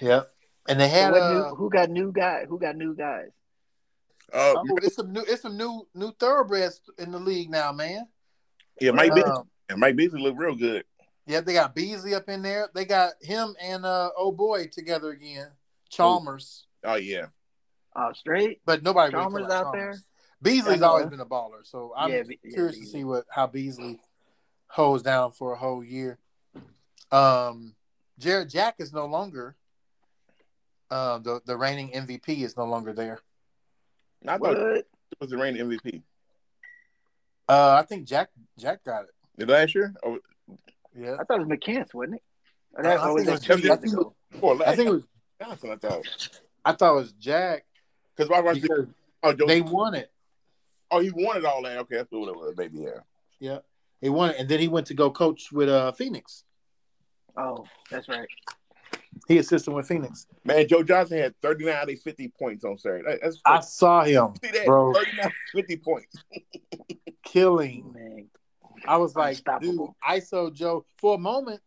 [SPEAKER 2] Yep. And they
[SPEAKER 3] So
[SPEAKER 2] had
[SPEAKER 3] what
[SPEAKER 2] uh,
[SPEAKER 3] new, who got new guy? Who got new guys?
[SPEAKER 1] Uh,
[SPEAKER 2] oh, it's some new it's some new new thoroughbreds in the league now, man.
[SPEAKER 1] yeah, Mike Beasley.
[SPEAKER 2] Um,
[SPEAKER 1] yeah, Mike Beasley looked real good.
[SPEAKER 2] Yep, they got Beasley up in there. They got him and uh oh boy together again. Chalmers.
[SPEAKER 1] Oh yeah,
[SPEAKER 3] Uh, straight.
[SPEAKER 2] But nobody really
[SPEAKER 3] Chalmers
[SPEAKER 2] felt like
[SPEAKER 3] out there?
[SPEAKER 2] Beasley's
[SPEAKER 3] Yeah, no.
[SPEAKER 2] always been a baller, so I'm
[SPEAKER 3] Yeah, Be- yeah,
[SPEAKER 2] curious to
[SPEAKER 3] Beasley.
[SPEAKER 2] see what how Beasley holds down for a whole year. Um Jared Jack is no longer uh, the the reigning MVP is no longer there.
[SPEAKER 1] And I thought it
[SPEAKER 3] What?
[SPEAKER 1] was the reigning MVP
[SPEAKER 2] Uh, I think Jack Jack got it.
[SPEAKER 1] Did last year or
[SPEAKER 2] Yeah,
[SPEAKER 3] I thought it was McCants, wasn't it? Or
[SPEAKER 2] No,
[SPEAKER 3] That's
[SPEAKER 2] Oh, I
[SPEAKER 3] always
[SPEAKER 2] think
[SPEAKER 3] like
[SPEAKER 1] it was-
[SPEAKER 3] two years
[SPEAKER 1] I
[SPEAKER 2] think it
[SPEAKER 3] ago.
[SPEAKER 1] before last.
[SPEAKER 2] I think it was,
[SPEAKER 1] Johnson, I thought
[SPEAKER 2] I thought it was Jack
[SPEAKER 1] because I watched the,
[SPEAKER 2] because
[SPEAKER 1] oh, Joe,
[SPEAKER 2] they won it.
[SPEAKER 1] oh he wanted all that. Okay, that's what it was, baby. Yeah,
[SPEAKER 2] Yeah, they won it, and then he went to go coach with uh Phoenix.
[SPEAKER 3] Oh, that's right.
[SPEAKER 2] He assisted with Phoenix.
[SPEAKER 1] man, Joe Johnson had thirty nine out of fifty points on Saturday. That- That's
[SPEAKER 2] I saw him
[SPEAKER 1] see that
[SPEAKER 2] bro.
[SPEAKER 1] 39, 50 points.
[SPEAKER 2] killing.
[SPEAKER 3] Man,
[SPEAKER 2] I was like, dude,
[SPEAKER 3] Unstoppable.
[SPEAKER 2] ISO Joe. For a moment,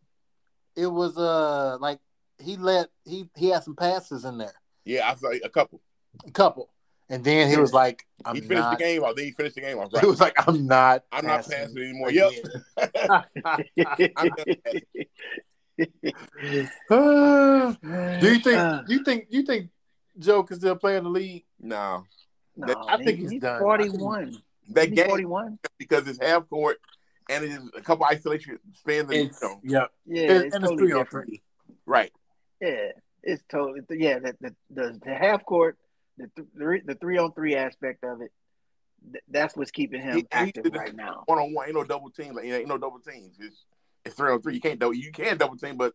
[SPEAKER 2] it was uh like he let he he had some passes in there,
[SPEAKER 1] Yeah, I saw a couple.
[SPEAKER 2] a couple, and then he was like, I'm
[SPEAKER 1] he finished
[SPEAKER 2] not.
[SPEAKER 1] the game off. Then he finished the game off. Right.
[SPEAKER 2] He was like, I'm not.
[SPEAKER 1] I'm not passing anymore. Yep.
[SPEAKER 2] do you think?
[SPEAKER 3] Uh,
[SPEAKER 2] you think? You think Joe can still play in the league?
[SPEAKER 1] No,
[SPEAKER 3] no,
[SPEAKER 2] I think
[SPEAKER 3] man,
[SPEAKER 2] he's done. I think-
[SPEAKER 3] Forty-one.
[SPEAKER 1] that
[SPEAKER 3] He's
[SPEAKER 1] game
[SPEAKER 3] forty-one.
[SPEAKER 1] because it's half court and it's a couple isolation spans. And, you know,
[SPEAKER 2] yeah,
[SPEAKER 3] Yeah,
[SPEAKER 2] and,
[SPEAKER 3] it's
[SPEAKER 2] and it's
[SPEAKER 3] totally
[SPEAKER 2] three on
[SPEAKER 3] different.
[SPEAKER 2] three.
[SPEAKER 1] right.
[SPEAKER 3] Yeah, it's totally yeah. The the the, the half court, the th- three the three on three aspect of it, th- that's what's keeping him
[SPEAKER 1] He- he
[SPEAKER 3] active
[SPEAKER 1] did the-
[SPEAKER 3] right now.
[SPEAKER 1] One on one, ain't no double team. Like, ain't no double teams. It's it's three on three. You can't double. You can double team, but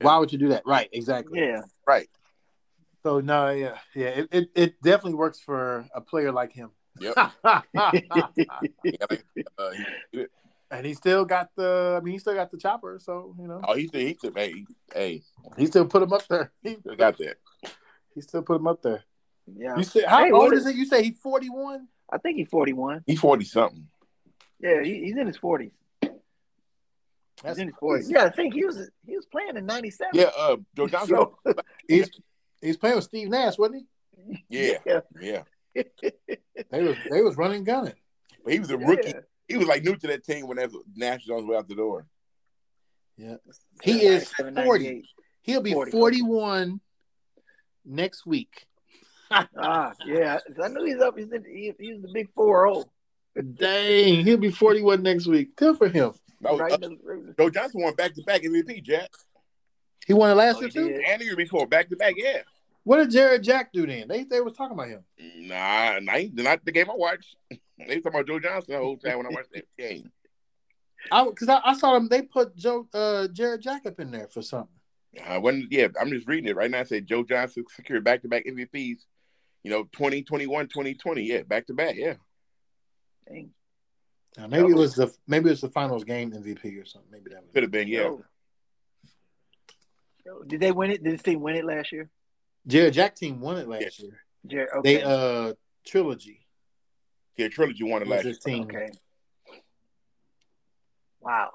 [SPEAKER 2] Why would you do that? Right, exactly.
[SPEAKER 3] Yeah,
[SPEAKER 1] right.
[SPEAKER 2] So no, yeah, yeah, it, it, it definitely works for a player like him.
[SPEAKER 1] Yep. Uh, he-
[SPEAKER 2] and he still got the. I mean, he still got the chopper. So you know,
[SPEAKER 1] oh, he said, he said, hey, he- hey,
[SPEAKER 2] he still put him up there. He,
[SPEAKER 1] I got that.
[SPEAKER 2] he still put him up there.
[SPEAKER 3] yeah.
[SPEAKER 2] You say how
[SPEAKER 3] Hey,
[SPEAKER 2] old
[SPEAKER 3] what
[SPEAKER 2] is he? You say he's forty one.
[SPEAKER 3] I think he's 41.
[SPEAKER 1] He's 40 something.
[SPEAKER 3] Yeah, he, he's in his 40s.
[SPEAKER 2] That's
[SPEAKER 3] he's in his 40s.
[SPEAKER 2] crazy.
[SPEAKER 3] You gotta think he was he was playing in 97.
[SPEAKER 1] Yeah, uh, Joe Johnson.
[SPEAKER 3] So-
[SPEAKER 2] He's he's playing with Steve Nash, wasn't
[SPEAKER 1] Yeah, yeah.
[SPEAKER 2] he? They was they was running gunning.
[SPEAKER 1] But he was a
[SPEAKER 3] Yeah.
[SPEAKER 1] rookie. He was like new to that team when that Nash Jones was out the door.
[SPEAKER 2] He is
[SPEAKER 3] 97,
[SPEAKER 2] 40.
[SPEAKER 3] 98.
[SPEAKER 2] He'll be
[SPEAKER 3] 40.
[SPEAKER 2] forty one next week.
[SPEAKER 3] Ah, yeah. I knew he's up. He's in, he, he's the big oh, 4 0.
[SPEAKER 2] Dang, he'll be forty one next week. Good for him.
[SPEAKER 1] That was,
[SPEAKER 3] right
[SPEAKER 1] uh,
[SPEAKER 3] in the- right in the-
[SPEAKER 1] Joe Johnson won back to back MVP, Jack.
[SPEAKER 2] He won it last
[SPEAKER 3] Oh,
[SPEAKER 2] year
[SPEAKER 3] he
[SPEAKER 2] too.
[SPEAKER 3] did.
[SPEAKER 1] And the year before, back to back, yeah.
[SPEAKER 2] What did Jared Jack do then? They they was talking about him.
[SPEAKER 1] Nah, nah, he- not the game I watched. They was talking about Joe Johnson the whole time when I watched that game.
[SPEAKER 2] I because I, I saw them. They put Joe uh, Jared Jack up in there for something.
[SPEAKER 1] Uh, when, yeah, I'm just reading it right now. I said Joe Johnson secured back to back MVPs, you know, 20, 21, 2020. Yeah, back to back, yeah.
[SPEAKER 3] Dang.
[SPEAKER 2] Now, maybe it was the maybe it was the finals game MVP or something. Maybe that
[SPEAKER 1] Could
[SPEAKER 2] was
[SPEAKER 1] have been, yeah.
[SPEAKER 3] Yo. Yo, Oh. Did they win it? Did this team win it last year?
[SPEAKER 2] Jared Jack team won it last year.
[SPEAKER 3] Jer- okay.
[SPEAKER 2] They uh trilogy
[SPEAKER 1] Yeah, Trilogy won it
[SPEAKER 2] was
[SPEAKER 1] last year.
[SPEAKER 2] his team.
[SPEAKER 3] okay. Wow.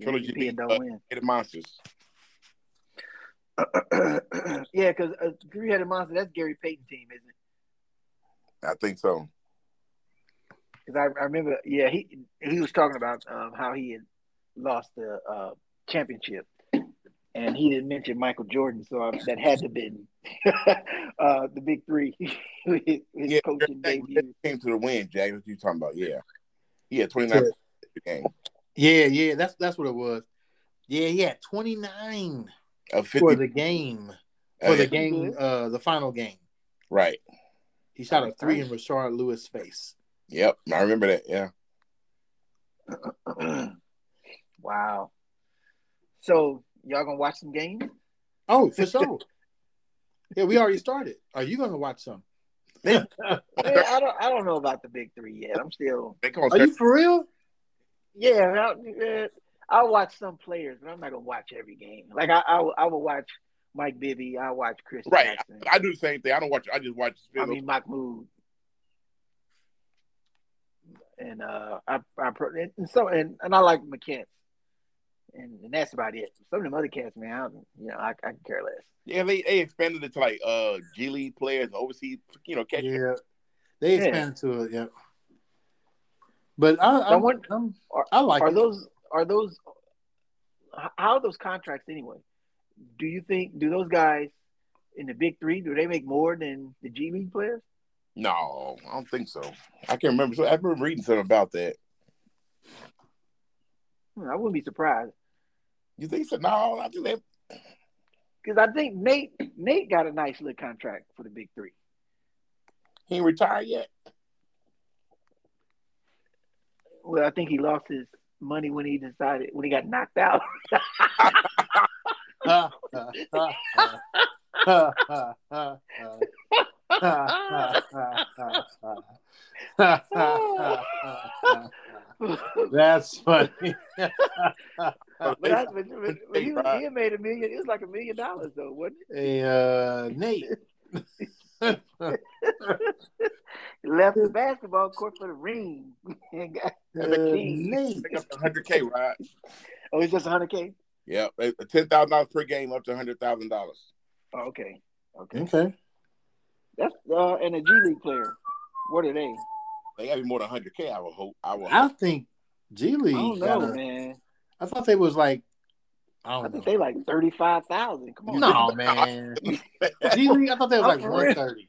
[SPEAKER 1] Trilogy
[SPEAKER 3] MVP
[SPEAKER 1] beat,
[SPEAKER 3] and don't
[SPEAKER 1] uh,
[SPEAKER 3] win.
[SPEAKER 1] Hit the Monsters.
[SPEAKER 3] yeah, because uh, three headed monster. That's Gary Payton team, isn't it?
[SPEAKER 1] I think so.
[SPEAKER 3] Because I, I remember. Yeah, he he was talking about um, how he had lost the uh, championship, and he didn't mention Michael Jordan, so I, that had to been uh, the big three. his his
[SPEAKER 1] Yeah,
[SPEAKER 3] coaching
[SPEAKER 1] Jack
[SPEAKER 3] debut.
[SPEAKER 1] came to the win, Jack. What you talking about? Yeah. Yeah, 29 the game.
[SPEAKER 2] Yeah, yeah, that's that's what it was. Yeah, yeah, twenty nine
[SPEAKER 1] A 50,
[SPEAKER 2] for the game
[SPEAKER 1] uh,
[SPEAKER 2] for the
[SPEAKER 1] yeah,
[SPEAKER 2] game uh the final game.
[SPEAKER 1] Right.
[SPEAKER 2] He shot a three in Rashard Lewis' face.
[SPEAKER 1] Yep. I remember that. Yeah.
[SPEAKER 3] wow. So y'all gonna watch some games?
[SPEAKER 2] Oh, for sure. yeah, we already started. Are you gonna watch some?
[SPEAKER 3] Man, I don't. I don't know about the big three yet. I'm still.
[SPEAKER 1] They call
[SPEAKER 2] Are
[SPEAKER 1] it
[SPEAKER 2] you for real?
[SPEAKER 3] Yeah, I, I watch some players, but I'm not gonna watch every game. Like I, I, will- I will watch Mike Bibby. I watch Chris
[SPEAKER 1] Right.
[SPEAKER 3] Jackson.
[SPEAKER 1] I do the same thing. I don't watch. I just watch.
[SPEAKER 3] I mean Mahmoud. And uh, I, I pro- and and so and, and I like McCants, and, and that's about it. Some of them other cats, man, I don't, you know, I, I can care less.
[SPEAKER 1] yeah, they, they expanded it to like uh G League players, overseas, you know, catch.
[SPEAKER 2] Yeah, they
[SPEAKER 3] Yeah.
[SPEAKER 2] expanded to it. Yeah, but I, I,
[SPEAKER 3] I
[SPEAKER 2] I,
[SPEAKER 3] wonder-
[SPEAKER 2] am I like
[SPEAKER 3] Are
[SPEAKER 2] it.
[SPEAKER 3] those are those h- how are those contracts anyway? Do you think do those guys in the big three do they make more than the G League players?
[SPEAKER 1] No, I don't think so. I can't remember. So I remember reading something about that.
[SPEAKER 3] Hmm, I wouldn't be surprised
[SPEAKER 1] You think so? No, I think that.
[SPEAKER 3] because I think Nate Nate got a nice little contract for the big three.
[SPEAKER 1] He ain't retired yet.
[SPEAKER 3] Well, I think he lost his money when he decided when he got knocked out. but
[SPEAKER 2] That's funny.
[SPEAKER 3] I, Uh, but, but, but he, was- he had made a million. It was like a million dollars though, wasn't
[SPEAKER 2] Hey, uh, Nate.
[SPEAKER 3] it? Left the basketball court for the ring. And got-
[SPEAKER 2] Uh, Nate.
[SPEAKER 1] Pick up 100k, right?
[SPEAKER 3] oh, it's just 100k.
[SPEAKER 1] Yeah, ten thousand dollars per game, up to hundred thousand dollars.
[SPEAKER 3] Oh, okay, okay.
[SPEAKER 2] Okay.
[SPEAKER 3] That's uh, and a G League player. What are they?
[SPEAKER 1] They got to be more than hundred k. I would hope. I would.
[SPEAKER 2] I think G League.
[SPEAKER 3] I don't know,
[SPEAKER 2] gotta-
[SPEAKER 3] man.
[SPEAKER 2] I thought they was like, I
[SPEAKER 3] I
[SPEAKER 2] don't
[SPEAKER 3] think
[SPEAKER 2] know.
[SPEAKER 3] they like thirty five thousand. Come on,
[SPEAKER 2] No, man. Oh, G League, I thought they was
[SPEAKER 3] I'm
[SPEAKER 2] like
[SPEAKER 3] for real.
[SPEAKER 2] 130.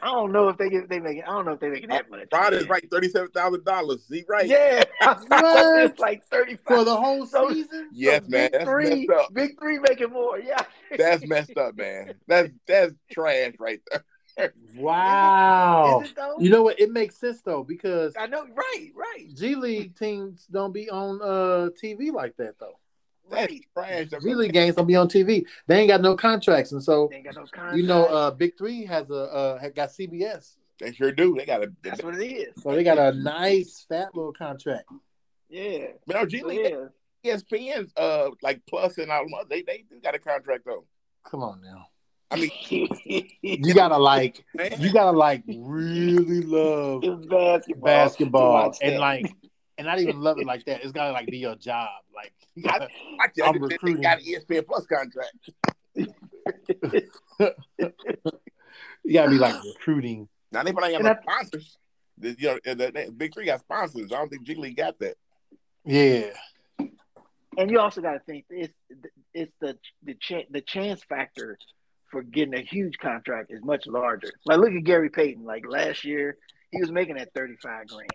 [SPEAKER 3] I don't know if they get they make. I don't know if they making that much.
[SPEAKER 1] Rod is right, thirty-seven thousand dollars. He right.
[SPEAKER 3] Yeah, it's like thirty
[SPEAKER 2] For
[SPEAKER 3] five.
[SPEAKER 2] the whole
[SPEAKER 3] So-
[SPEAKER 2] season?
[SPEAKER 1] Yes, man.
[SPEAKER 3] Big
[SPEAKER 1] That's
[SPEAKER 3] three,
[SPEAKER 1] messed up.
[SPEAKER 3] big three making more. Yeah,
[SPEAKER 1] That's messed up, man. That's that's trash right there.
[SPEAKER 2] Wow.
[SPEAKER 3] Is it though?
[SPEAKER 2] Oh. You know what? It makes sense though because
[SPEAKER 3] I know. Right, right.
[SPEAKER 2] G League teams don't be on uh TV like that though.
[SPEAKER 1] That's trash.
[SPEAKER 3] Right.
[SPEAKER 1] though.
[SPEAKER 2] G League games don't be on TV. They ain't got no contracts, and so
[SPEAKER 3] They ain't got no contract.
[SPEAKER 2] you know, uh, Big Three has a uh, had- got CBS,
[SPEAKER 1] They sure do. They got a. They,
[SPEAKER 3] that's what it is.
[SPEAKER 2] so they got a nice fat little contract.
[SPEAKER 3] Yeah.
[SPEAKER 1] no, G
[SPEAKER 3] So,
[SPEAKER 1] League, E
[SPEAKER 3] yeah.
[SPEAKER 1] ESPN's uh like Plus and all them other- they they do got a contract though.
[SPEAKER 2] Come on now,
[SPEAKER 1] I mean,
[SPEAKER 2] you gotta like,
[SPEAKER 1] man,
[SPEAKER 2] you gotta like really love
[SPEAKER 3] it's basketball. To
[SPEAKER 2] basketball
[SPEAKER 3] watch
[SPEAKER 2] and
[SPEAKER 3] that.
[SPEAKER 2] like, and not even love it like that. It's gotta like be your job. Like, you gotta,
[SPEAKER 1] I just
[SPEAKER 2] I'm
[SPEAKER 1] think They
[SPEAKER 2] recruiting.
[SPEAKER 1] got an E ESPN Plus contract.
[SPEAKER 2] you gotta be like recruiting.
[SPEAKER 1] Now they probably have
[SPEAKER 3] And
[SPEAKER 1] no sponsors. The, you know, the, the- the Big Three got sponsors. I don't think G League got that.
[SPEAKER 2] Yeah,
[SPEAKER 3] and you also got to think it's it's the the chance the chance factor for getting a huge contract is much larger. Like look at Gary Payton. Like last year, he was making that thirty five grand.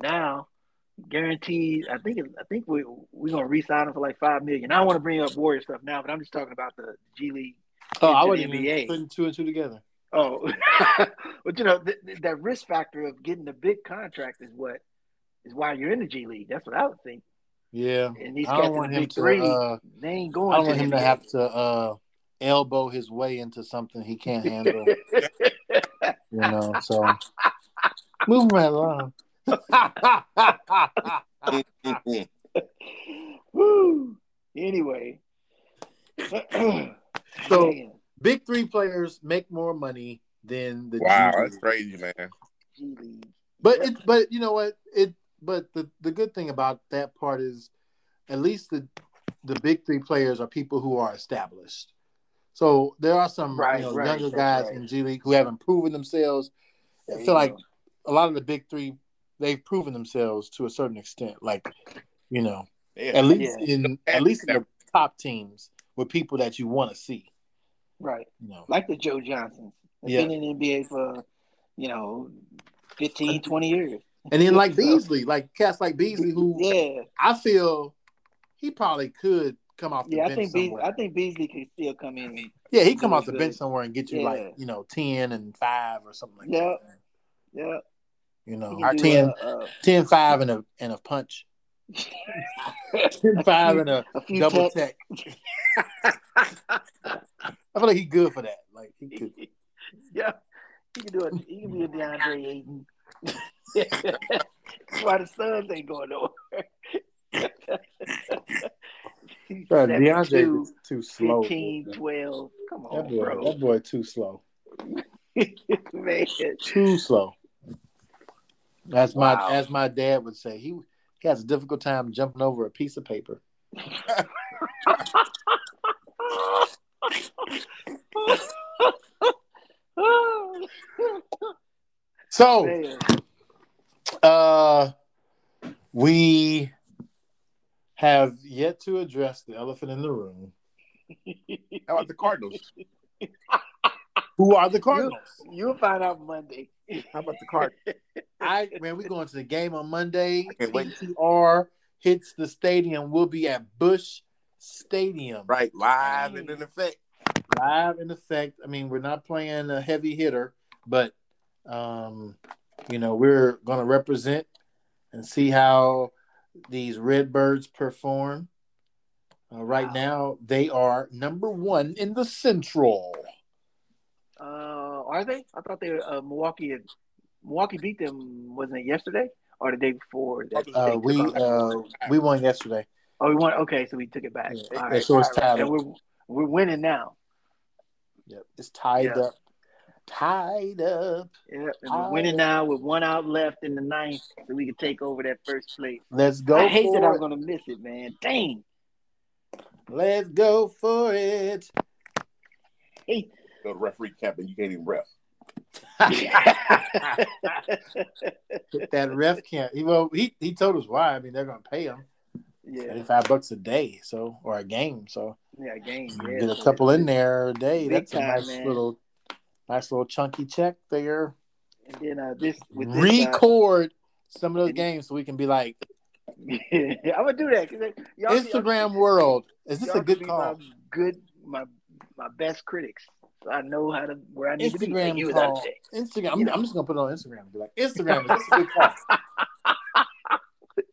[SPEAKER 3] Now, guaranteed. I think it- I think we we're gonna re-sign him for like five million. I don't want to bring up Warrior stuff now, but I'm just talking about the G League.
[SPEAKER 2] oh, I
[SPEAKER 3] Into
[SPEAKER 2] wasn't
[SPEAKER 3] the
[SPEAKER 2] even
[SPEAKER 3] NBA.
[SPEAKER 2] putting two and two together.
[SPEAKER 3] Oh, but you know th- th- that risk factor of getting a big contract is what is why you're in the G League. That's what I would think.
[SPEAKER 2] Yeah,
[SPEAKER 3] And these
[SPEAKER 2] I
[SPEAKER 3] guys
[SPEAKER 2] don't
[SPEAKER 3] in
[SPEAKER 2] want
[SPEAKER 3] the
[SPEAKER 2] him
[SPEAKER 3] big
[SPEAKER 2] to.
[SPEAKER 3] three,
[SPEAKER 2] Uh,
[SPEAKER 3] they ain't going.
[SPEAKER 2] I don't want him to
[SPEAKER 3] NBA.
[SPEAKER 2] have to uh, elbow his way into something he can't handle. you know. So move right along.
[SPEAKER 1] Mm-mm.
[SPEAKER 3] Woo. Anyway.
[SPEAKER 2] so
[SPEAKER 3] Man,
[SPEAKER 2] big three players make more money than the
[SPEAKER 1] Wow,
[SPEAKER 2] G
[SPEAKER 1] that's
[SPEAKER 2] League.
[SPEAKER 1] crazy, man.
[SPEAKER 3] G League.
[SPEAKER 2] But it, but you know what? It but the the good thing about that part is at least the the big three players are people who are established. So there are some you
[SPEAKER 3] Right,
[SPEAKER 2] know,
[SPEAKER 3] right,
[SPEAKER 2] younger
[SPEAKER 3] that's
[SPEAKER 2] guys
[SPEAKER 3] right.
[SPEAKER 2] in G League who haven't proven themselves.
[SPEAKER 3] There
[SPEAKER 2] I
[SPEAKER 3] you
[SPEAKER 2] feel like
[SPEAKER 3] go.
[SPEAKER 2] a lot of the big three they've proven themselves to a certain extent. Like you know,
[SPEAKER 1] Yeah.
[SPEAKER 2] at least
[SPEAKER 3] Yeah.
[SPEAKER 2] in at least in the top teams with people that you want to see.
[SPEAKER 3] right.
[SPEAKER 2] You know,
[SPEAKER 3] Like the Joe Johnsons. They've
[SPEAKER 2] Yeah.
[SPEAKER 3] Been in the NBA for, you know, 15, 20 years.
[SPEAKER 2] and then like
[SPEAKER 3] So-
[SPEAKER 2] Beasley, like cats like Beasley, who
[SPEAKER 3] Yeah.
[SPEAKER 2] I feel he probably could come off the
[SPEAKER 3] Yeah, I
[SPEAKER 2] bench
[SPEAKER 3] think Beasley,
[SPEAKER 2] somewhere.
[SPEAKER 3] I think Beasley can still come in. and-
[SPEAKER 2] yeah, he come off the
[SPEAKER 3] Beasley.
[SPEAKER 2] bench somewhere and get you
[SPEAKER 3] Yeah.
[SPEAKER 2] like you know ten and five or something like
[SPEAKER 3] Yeah.
[SPEAKER 2] that.
[SPEAKER 3] Yeah.
[SPEAKER 2] You
[SPEAKER 3] he
[SPEAKER 2] know,
[SPEAKER 3] can do,
[SPEAKER 2] 10,
[SPEAKER 3] uh,
[SPEAKER 2] 10 5 and a and a punch,
[SPEAKER 3] uh,
[SPEAKER 2] 10 5 and a
[SPEAKER 3] a few
[SPEAKER 2] double
[SPEAKER 3] taps.
[SPEAKER 2] tech. I feel like he good for that. Like he could.
[SPEAKER 3] yeah, he can do it. He can be a DeAndre Ayton. That's why the Suns ain't going nowhere. He's
[SPEAKER 2] Bro,
[SPEAKER 3] 72,
[SPEAKER 2] DeAndre is too slow.
[SPEAKER 3] 15,
[SPEAKER 2] man.
[SPEAKER 3] 12. Come on,
[SPEAKER 2] That boy,
[SPEAKER 3] bro.
[SPEAKER 2] that boy too slow.
[SPEAKER 3] Man.
[SPEAKER 2] too slow. That's my
[SPEAKER 3] Wow.
[SPEAKER 2] as my dad would say. He he has a difficult time jumping over a piece of paper. So
[SPEAKER 3] Man.
[SPEAKER 2] uh we have yet to address the elephant in the room.
[SPEAKER 1] How about the Cardinals?
[SPEAKER 2] Who are the Cardinals?
[SPEAKER 3] You'll find out Monday.
[SPEAKER 1] How about the Cardinals?
[SPEAKER 2] I man, we're going to the game on Monday.
[SPEAKER 1] I can't wait.
[SPEAKER 2] PTR hits the stadium. We'll be at Bush Stadium.
[SPEAKER 1] Right, live and in effect.
[SPEAKER 2] live in effect. I mean, we're not playing a heavy hitter, but um, you know, we're gonna represent and see how these Redbirds perform. Uh, right
[SPEAKER 3] Wow.
[SPEAKER 2] now, they are number one in the Central.
[SPEAKER 3] Uh, are they? I thought they were uh, Milwaukee. had- Milwaukee beat them, wasn't it yesterday or the day before? That,
[SPEAKER 2] Uh, we uh, we won yesterday,
[SPEAKER 3] oh, we won. Okay, so we took it back.
[SPEAKER 2] Yeah,
[SPEAKER 3] All
[SPEAKER 2] it-
[SPEAKER 3] right,
[SPEAKER 2] so it's
[SPEAKER 3] all right.
[SPEAKER 2] tied
[SPEAKER 3] And we're we're winning now.
[SPEAKER 2] yep. it's tied
[SPEAKER 3] Yeah.
[SPEAKER 2] up, tied up.
[SPEAKER 3] Yeah, and we're
[SPEAKER 2] Oh.
[SPEAKER 3] winning now with one out left in the ninth, so we can take over that first place.
[SPEAKER 2] Let's go!
[SPEAKER 3] I hate
[SPEAKER 2] for
[SPEAKER 3] that I'm
[SPEAKER 2] it.
[SPEAKER 3] gonna miss it, man. Dang,
[SPEAKER 2] Let's go for it.
[SPEAKER 3] hate.
[SPEAKER 1] Go to referee captain. You can't even ref.
[SPEAKER 2] that ref can't. He, well, he he told us why. I mean, they're gonna pay him.
[SPEAKER 3] yeah,
[SPEAKER 2] 85 bucks a day, so or a game. So
[SPEAKER 3] yeah, game.
[SPEAKER 2] you
[SPEAKER 3] Yeah,
[SPEAKER 2] get a
[SPEAKER 3] so
[SPEAKER 2] couple
[SPEAKER 3] it's-
[SPEAKER 2] in there a day.
[SPEAKER 3] big
[SPEAKER 2] That's a
[SPEAKER 3] time,
[SPEAKER 2] nice
[SPEAKER 3] man.
[SPEAKER 2] little nice little chunky check there.
[SPEAKER 3] And then uh, this with this, uh,
[SPEAKER 2] Record some of those
[SPEAKER 3] and-
[SPEAKER 2] games so we can be like
[SPEAKER 3] I'm gonna do that. 'cause y'all-
[SPEAKER 2] Instagram world. Is this
[SPEAKER 3] Y'all
[SPEAKER 2] a
[SPEAKER 3] can
[SPEAKER 2] good
[SPEAKER 3] be
[SPEAKER 2] call?
[SPEAKER 3] My good, my my best critics. So I know how to where I need to be. Like you
[SPEAKER 2] Instagram
[SPEAKER 3] was out
[SPEAKER 2] call.
[SPEAKER 3] there.
[SPEAKER 2] Instagram. I'm,
[SPEAKER 3] You know.
[SPEAKER 2] I'm just gonna put it on Instagram and be like, Instagram, is this a good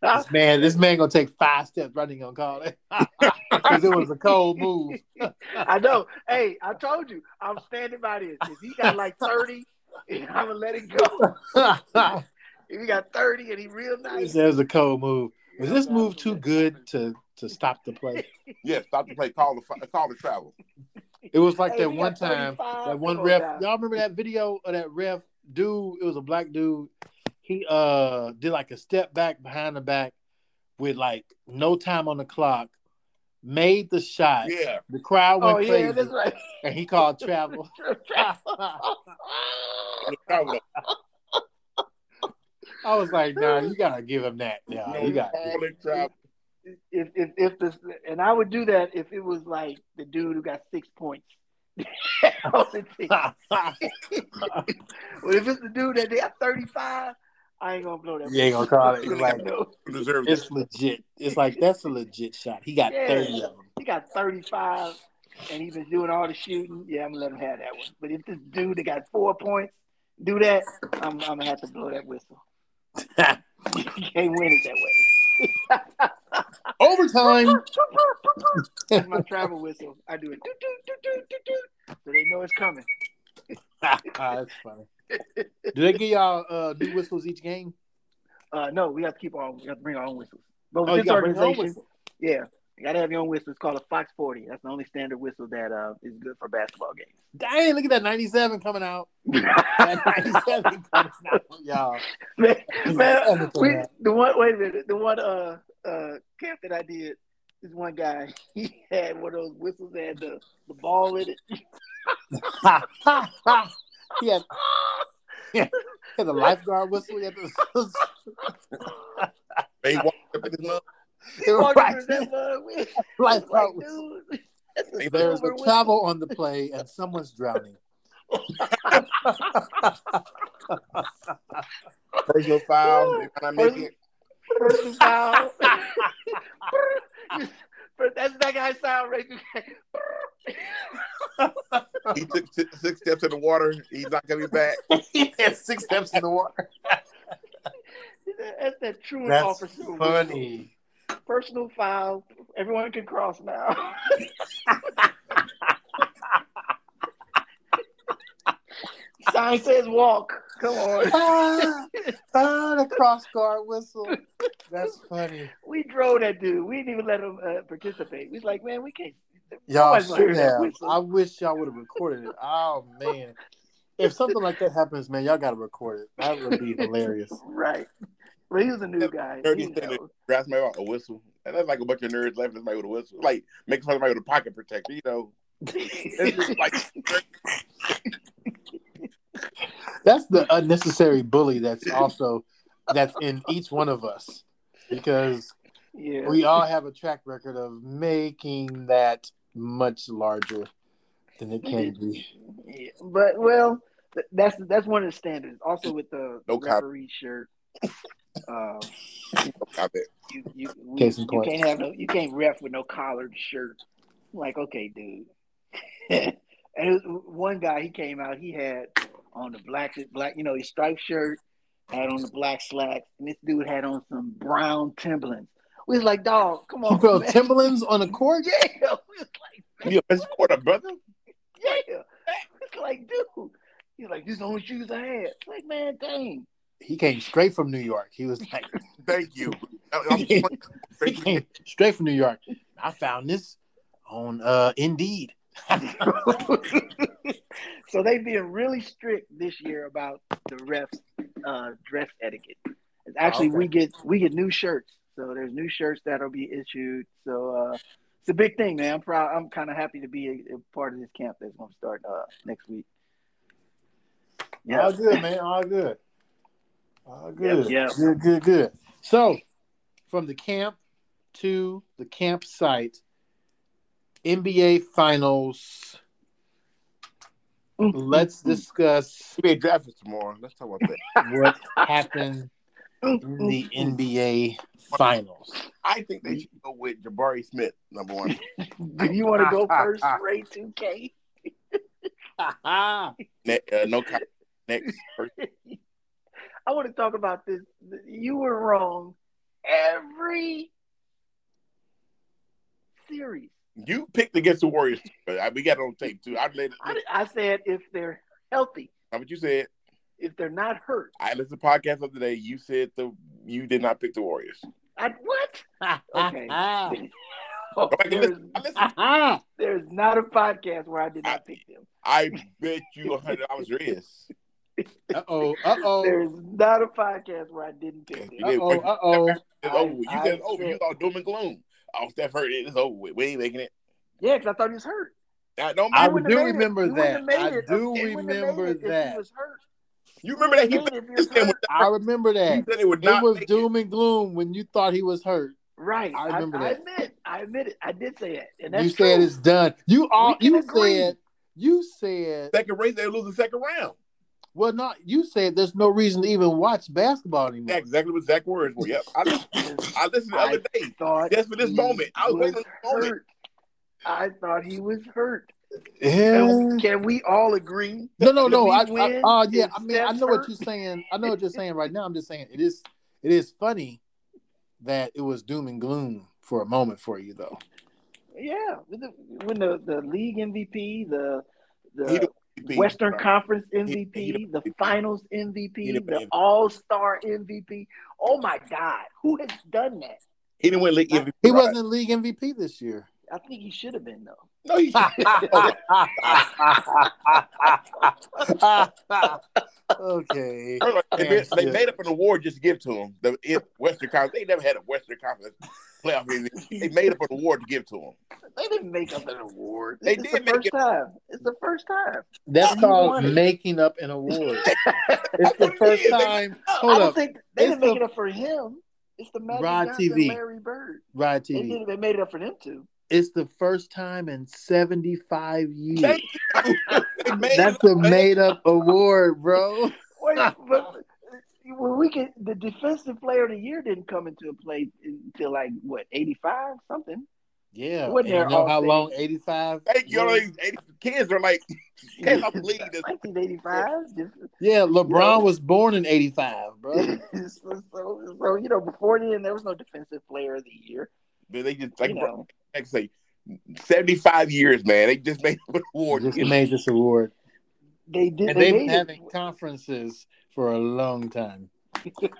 [SPEAKER 2] call? This man, this man gonna take five steps running on call it because it was a cold move.
[SPEAKER 3] I know. Hey, I told you, I'm standing by this. If he got like 30, I'm gonna let it go. If he got 30 and he real nice,
[SPEAKER 2] That was a cold move. Was
[SPEAKER 3] yeah,
[SPEAKER 2] this
[SPEAKER 3] I'm
[SPEAKER 2] move
[SPEAKER 3] gonna
[SPEAKER 2] too
[SPEAKER 3] let-
[SPEAKER 2] good to to stop the play?
[SPEAKER 1] Yeah, stop the play. Call the fi- call the travel.
[SPEAKER 2] It was like
[SPEAKER 3] Hey,
[SPEAKER 2] that
[SPEAKER 3] we
[SPEAKER 2] one
[SPEAKER 3] got
[SPEAKER 2] time,
[SPEAKER 3] 35.
[SPEAKER 2] that
[SPEAKER 3] Come
[SPEAKER 2] one
[SPEAKER 3] on
[SPEAKER 2] ref.
[SPEAKER 3] now.
[SPEAKER 2] Y'all remember that video of that ref dude? It was a black dude. He uh did like a step back behind the back with like no time on the clock, made the shot.
[SPEAKER 1] Yeah,
[SPEAKER 2] The crowd went
[SPEAKER 3] Oh
[SPEAKER 2] crazy,
[SPEAKER 3] yeah, that's right.
[SPEAKER 2] and he called travel.
[SPEAKER 1] the travel.
[SPEAKER 2] I was like, nah, you gotta give him that. Yeah,
[SPEAKER 1] No,
[SPEAKER 2] you got.
[SPEAKER 1] call it travel.
[SPEAKER 3] if if if this and I would do that if it was like the dude who got six points. On the team. but if it's the dude that they got thirty five, I ain't gonna blow that.
[SPEAKER 2] you ain't gonna call it. You're
[SPEAKER 3] Like,
[SPEAKER 2] like,
[SPEAKER 3] no,
[SPEAKER 1] Deserve it.
[SPEAKER 2] it's legit. It's like that's a legit shot. He got
[SPEAKER 3] Yeah.
[SPEAKER 2] thirty of them.
[SPEAKER 3] he got thirty five, and he been doing all the shooting. Yeah, I'm gonna let him have that one. But if this dude that got four points do that, I'm, I'm gonna have to blow that whistle. You can't win it that way.
[SPEAKER 2] Overtime.
[SPEAKER 3] That's my travel whistle. I do it. Doo, doo, doo, doo, doo, doo. So they know it's coming.
[SPEAKER 2] Ah, that's funny. Do they give y'all uh, new whistles each game?
[SPEAKER 3] Uh, no, we have to keep our own. We have to bring our own whistles. But with
[SPEAKER 2] Oh, you
[SPEAKER 3] this
[SPEAKER 2] gotta bring your own
[SPEAKER 3] organization, yeah, you gotta have your own whistle. It's called a Fox 40. That's the only standard whistle that uh, is good for basketball games.
[SPEAKER 2] Dang, look at that 97 coming out. That 97 coming out, y'all.
[SPEAKER 3] man, man,
[SPEAKER 2] Everything
[SPEAKER 3] we,
[SPEAKER 2] else.
[SPEAKER 3] the one. Wait a minute. The one uh uh camp that I did. This one guy, he had one of those whistles that had the, the ball in it.
[SPEAKER 2] Ha, ha, ha. he had, he had the lifeguard whistle. He had the,
[SPEAKER 1] They walked up in his mouth.
[SPEAKER 2] they were
[SPEAKER 3] Walked up to
[SPEAKER 2] practicing
[SPEAKER 3] that mug with-
[SPEAKER 2] lifeguard
[SPEAKER 3] like,
[SPEAKER 2] whistle.
[SPEAKER 3] dude, that's a
[SPEAKER 2] There is
[SPEAKER 3] silver
[SPEAKER 2] a
[SPEAKER 3] whistle.
[SPEAKER 2] travel on the play, and someone's drowning.
[SPEAKER 1] Personal foul. They might not make it.
[SPEAKER 3] First foul. First- That's that guy's sound right
[SPEAKER 1] He took si- six steps in the water. He's not coming back.
[SPEAKER 2] he had six steps in the water.
[SPEAKER 3] That's that true
[SPEAKER 2] That's
[SPEAKER 3] officer. whistle.
[SPEAKER 2] funny.
[SPEAKER 3] Personal foul. Everyone can cross now. Sign says walk. Come on.
[SPEAKER 2] ah, ah, the cross guard whistle. That's funny.
[SPEAKER 3] We drove that dude. We didn't even let him uh, participate. We was like, man, we can't.
[SPEAKER 2] Y'all
[SPEAKER 3] Nobody's gonna hear
[SPEAKER 2] should
[SPEAKER 3] that
[SPEAKER 2] have.
[SPEAKER 3] whistle.
[SPEAKER 2] I wish y'all would have recorded it. Oh man, if something like that happens, man, y'all gotta record it. That would be hilarious.
[SPEAKER 3] Right. But he was a new guy.
[SPEAKER 1] Dirty
[SPEAKER 3] He
[SPEAKER 1] standard.
[SPEAKER 3] knows.
[SPEAKER 1] Grass man a whistle. And that's like a bunch of nerds laughing at somebody with a whistle. Like making fun of somebody with a pocket protector, you know. It's just like
[SPEAKER 2] That's the unnecessary bully. That's also that's in each one of us because
[SPEAKER 3] yeah.
[SPEAKER 2] we all have a track record of making that much larger than it can be.
[SPEAKER 3] Yeah, but well, th- that's that's one of the standards. Also with the
[SPEAKER 1] No cop.
[SPEAKER 3] referee shirt, um,
[SPEAKER 1] Stop it.
[SPEAKER 3] you you, we-
[SPEAKER 2] Case in
[SPEAKER 3] you
[SPEAKER 2] point.
[SPEAKER 3] can't have no you can't ref with no collared shirt. I'm like okay, dude. and it was one guy he came out. He had on the black black you know his striped shirt, had on the black slacks, and this dude had on some brown Timberlands. We was like, dog, come
[SPEAKER 2] You
[SPEAKER 3] on,
[SPEAKER 2] throw
[SPEAKER 3] Oh, man."
[SPEAKER 2] Timberlands on the court?
[SPEAKER 3] Yeah, we was like,
[SPEAKER 1] You a best quarter, brother.
[SPEAKER 3] yeah. It's like, dude. He's like, these are the only shoes I had. It's like, man, dang.
[SPEAKER 2] He came straight from New York. He was like,
[SPEAKER 1] Thank you. I'm- I'm-
[SPEAKER 2] he came straight from New York. I found this on uh Indeed.
[SPEAKER 3] so they've been really strict this year about the refs uh, dress etiquette. It's Actually,
[SPEAKER 2] Okay.
[SPEAKER 3] we get we get new shirts. So there's new shirts that'll be issued. So uh, it's a big thing, man. I'm proud. I'm kind of happy to be a, a part of this camp that's going to start uh, next week.
[SPEAKER 2] All
[SPEAKER 3] Yeah,
[SPEAKER 2] good, man. All good. All good.
[SPEAKER 3] yeah.
[SPEAKER 2] Good, good, good. So, from the camp to the campsite, NBA Finals.
[SPEAKER 3] Mm.
[SPEAKER 2] Let's discuss
[SPEAKER 1] We may draft it tomorrow. Let's talk about that.
[SPEAKER 2] what happened in the NBA Finals.
[SPEAKER 1] I think they should go with Jabari Smith, number one.
[SPEAKER 3] Do you want to go first, Ray Two K?
[SPEAKER 2] Ah,
[SPEAKER 1] Ne- uh, no cop. Next. First.
[SPEAKER 3] I want to talk about this. You were wrong every series.
[SPEAKER 1] You picked against the Warriors. But I- we got it on tape too. I laid it.
[SPEAKER 3] I, I said if they're healthy,
[SPEAKER 1] That's what you said.
[SPEAKER 3] if they're not hurt.
[SPEAKER 1] I listened to the podcast of today. You said the you did not pick the Warriors.
[SPEAKER 3] I, what? Okay.
[SPEAKER 1] Go back and
[SPEAKER 3] there's,
[SPEAKER 1] listen. I, listened.
[SPEAKER 3] there's not a podcast where I did not pick them.
[SPEAKER 1] I bet you a hundred dollars there is.
[SPEAKER 2] Uh oh. Uh oh.
[SPEAKER 3] There's not a podcast where I didn't pick
[SPEAKER 1] You
[SPEAKER 2] Uh
[SPEAKER 3] them.
[SPEAKER 1] did.
[SPEAKER 2] oh. Uh oh.
[SPEAKER 1] It's
[SPEAKER 3] I-
[SPEAKER 1] over. with. You
[SPEAKER 3] I
[SPEAKER 1] said it's over. You
[SPEAKER 3] said-
[SPEAKER 1] all doom and gloom. Oh, Steph hurt. It's over. With. We ain't making it.
[SPEAKER 3] Yeah, because I thought he was hurt.
[SPEAKER 1] That don't
[SPEAKER 2] I
[SPEAKER 1] matter.
[SPEAKER 3] wouldn't
[SPEAKER 2] do
[SPEAKER 3] have made it-
[SPEAKER 2] remember
[SPEAKER 3] he wouldn't have
[SPEAKER 2] that.
[SPEAKER 3] made
[SPEAKER 2] I
[SPEAKER 3] it
[SPEAKER 2] do
[SPEAKER 3] if- he wouldn't have
[SPEAKER 2] remember
[SPEAKER 3] made it if he
[SPEAKER 2] that.
[SPEAKER 3] was hurt.
[SPEAKER 1] you remember that he
[SPEAKER 3] Made it if he was
[SPEAKER 1] this game was
[SPEAKER 3] hurt.
[SPEAKER 2] I remember
[SPEAKER 1] he
[SPEAKER 2] that.
[SPEAKER 1] said it would
[SPEAKER 2] It
[SPEAKER 1] not.
[SPEAKER 2] was
[SPEAKER 1] make it.
[SPEAKER 2] doom and gloom when you thought he was hurt.
[SPEAKER 3] Right.
[SPEAKER 2] I remember
[SPEAKER 3] I,
[SPEAKER 2] that.
[SPEAKER 3] admit. I admit it. I did say it. And that's
[SPEAKER 2] You said
[SPEAKER 3] true.
[SPEAKER 2] it's done. You all.
[SPEAKER 3] can
[SPEAKER 2] You
[SPEAKER 3] agree.
[SPEAKER 2] said. You said.
[SPEAKER 1] second race. They lose the second round.
[SPEAKER 2] Well, not. You said there's no reason to even watch basketball anymore.
[SPEAKER 1] That's exactly what Zach words were. Yep. I listened, I listened the
[SPEAKER 3] I
[SPEAKER 1] other day.
[SPEAKER 3] thought
[SPEAKER 1] Just for this
[SPEAKER 3] he
[SPEAKER 1] moment. I was waiting for this moment.
[SPEAKER 3] hurt. I thought he was hurt.
[SPEAKER 2] Yeah.
[SPEAKER 3] Can we all agree?
[SPEAKER 2] No, no, no.
[SPEAKER 3] we
[SPEAKER 2] I,
[SPEAKER 3] win
[SPEAKER 2] I, uh, yeah.
[SPEAKER 3] if
[SPEAKER 2] I mean, I
[SPEAKER 3] Steph's
[SPEAKER 2] know what
[SPEAKER 3] hurt?
[SPEAKER 2] you're saying. I know what you're saying right now. I'm just saying it is. It is funny that it was doom and gloom for a moment for you, though.
[SPEAKER 3] Yeah. When the, when the, the league MVP, the
[SPEAKER 1] He
[SPEAKER 3] the
[SPEAKER 1] the MVP.
[SPEAKER 3] Western Conference
[SPEAKER 1] he
[SPEAKER 3] MVP,
[SPEAKER 1] the-
[SPEAKER 3] the Finals MVP,
[SPEAKER 1] he the-
[SPEAKER 3] the All Star MVP. Oh my God, who has done that?
[SPEAKER 1] He didn't win league MVP.
[SPEAKER 2] He
[SPEAKER 1] right?
[SPEAKER 2] wasn't league MVP this year.
[SPEAKER 3] I think he should have been though.
[SPEAKER 1] No, he.
[SPEAKER 2] okay.
[SPEAKER 1] And then they
[SPEAKER 2] Yeah.
[SPEAKER 1] made up an award just to give to him. The it, Western Conference. They never had a Western Conference playoff. MVP. They made up an award to give to him.
[SPEAKER 3] They didn't make up an award.
[SPEAKER 1] They
[SPEAKER 3] it's
[SPEAKER 1] did
[SPEAKER 3] the
[SPEAKER 1] make
[SPEAKER 3] first
[SPEAKER 1] it-
[SPEAKER 3] time. It's the first time.
[SPEAKER 2] That's
[SPEAKER 3] You
[SPEAKER 2] called
[SPEAKER 3] won it.
[SPEAKER 2] making up an award. It's the first time.
[SPEAKER 3] I
[SPEAKER 2] Hold
[SPEAKER 3] don't
[SPEAKER 2] up,
[SPEAKER 3] think they
[SPEAKER 2] It's
[SPEAKER 3] didn't make
[SPEAKER 2] the-
[SPEAKER 3] it up for him. It's the Magic
[SPEAKER 2] Rod
[SPEAKER 3] Johnson,
[SPEAKER 2] TV.
[SPEAKER 3] Larry Bird.
[SPEAKER 2] Rod
[SPEAKER 3] They
[SPEAKER 2] TV.
[SPEAKER 3] didn't. They made it up for them too.
[SPEAKER 2] It's the first time in 75 years.
[SPEAKER 1] Thank you. They made it
[SPEAKER 2] That's
[SPEAKER 1] up.
[SPEAKER 2] a made up award, bro.
[SPEAKER 3] Wait, but when we can, the defensive player of the year didn't come into play until like what eighty five something.
[SPEAKER 2] Yeah.
[SPEAKER 3] Wasn't
[SPEAKER 2] and You
[SPEAKER 3] there
[SPEAKER 2] know
[SPEAKER 3] all
[SPEAKER 2] how
[SPEAKER 3] things?
[SPEAKER 2] long? 85?
[SPEAKER 1] Thank you. All
[SPEAKER 2] years?
[SPEAKER 1] these eighty- kids are like, can't I believe this?
[SPEAKER 3] 1985.
[SPEAKER 2] Yeah,
[SPEAKER 3] know-
[SPEAKER 2] LeBron was born in 85, bro.
[SPEAKER 1] Uh-huh.
[SPEAKER 3] so, so, so, you know, before then, there was no defensive player of the year.
[SPEAKER 1] But They just like
[SPEAKER 3] you know,
[SPEAKER 1] like I say, seventy-five years, man. They just made up an award. to
[SPEAKER 2] Just
[SPEAKER 1] give him.
[SPEAKER 2] made this award.
[SPEAKER 3] they did.
[SPEAKER 2] And
[SPEAKER 3] they
[SPEAKER 2] they've been
[SPEAKER 3] made
[SPEAKER 2] having conferences for a long time.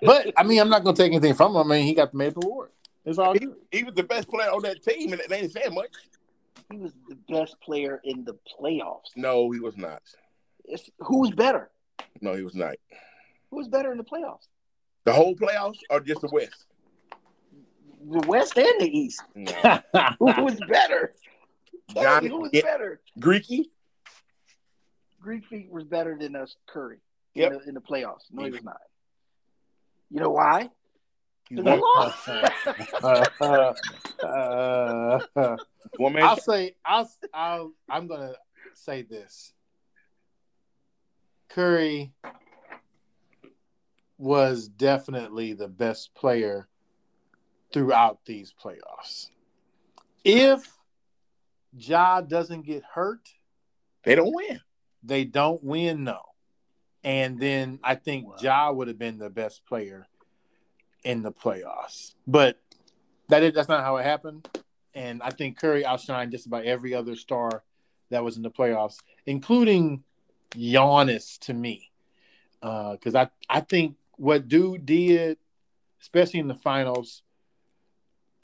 [SPEAKER 2] But I mean, I'm not gonna take anything from him. I mean, he got the made up award. It's all
[SPEAKER 1] He,
[SPEAKER 2] good.
[SPEAKER 1] he was the best player on that team, and they ain't saying much.
[SPEAKER 3] it. He was the best player in the playoffs.
[SPEAKER 1] No, he was not.
[SPEAKER 3] It's, who's better?
[SPEAKER 1] No, he was not.
[SPEAKER 3] Who's better in the playoffs?
[SPEAKER 1] The whole playoffs or just the West?
[SPEAKER 3] The West and the East.
[SPEAKER 1] No.
[SPEAKER 3] Who was better? Tell me,
[SPEAKER 1] Johnny
[SPEAKER 3] who was
[SPEAKER 1] Get-
[SPEAKER 3] better?
[SPEAKER 1] Greeky.
[SPEAKER 3] Greek Freak was better than us, Curry.
[SPEAKER 1] Yep.
[SPEAKER 3] In, the, in the playoffs. No, he was not. You know why?
[SPEAKER 1] He's
[SPEAKER 3] Because they
[SPEAKER 1] one,
[SPEAKER 3] lost.
[SPEAKER 2] Uh,
[SPEAKER 1] one man.
[SPEAKER 2] I'll say I'll, I'll I'm gonna say this. Curry was definitely the best player throughout these playoffs. If Ja doesn't get hurt,
[SPEAKER 1] They don't win.
[SPEAKER 2] they don't win, no. And then I think Ja would have been the best player in the playoffs. But that is that's not how it happened. And I think Curry outshined just about every other star that was in the playoffs, including Giannis to me. Because I, I think what Dude did, especially in the finals,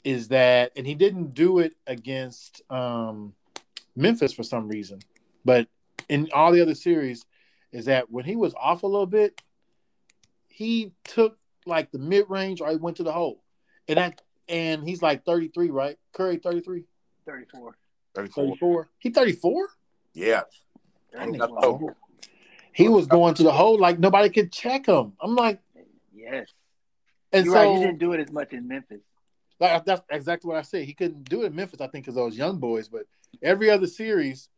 [SPEAKER 2] is that, and he didn't do it against um, Memphis for some reason, but in all the other series is that when he was off a little bit, he took like the mid range or he went to the hole. And that and he's like 33, right? Curry 33,
[SPEAKER 3] 34.
[SPEAKER 1] 34.
[SPEAKER 2] 34. He 34?
[SPEAKER 1] Yeah.
[SPEAKER 3] I
[SPEAKER 1] don't
[SPEAKER 3] think
[SPEAKER 1] know.
[SPEAKER 3] so.
[SPEAKER 2] He was going to the hole like nobody could check him. I'm like,
[SPEAKER 3] Yes.
[SPEAKER 2] and
[SPEAKER 3] You're right. He
[SPEAKER 2] so
[SPEAKER 3] didn't do it as much in Memphis.
[SPEAKER 2] like, that's exactly what I said. He couldn't do it in Memphis, I think, because those young boys. But every other series,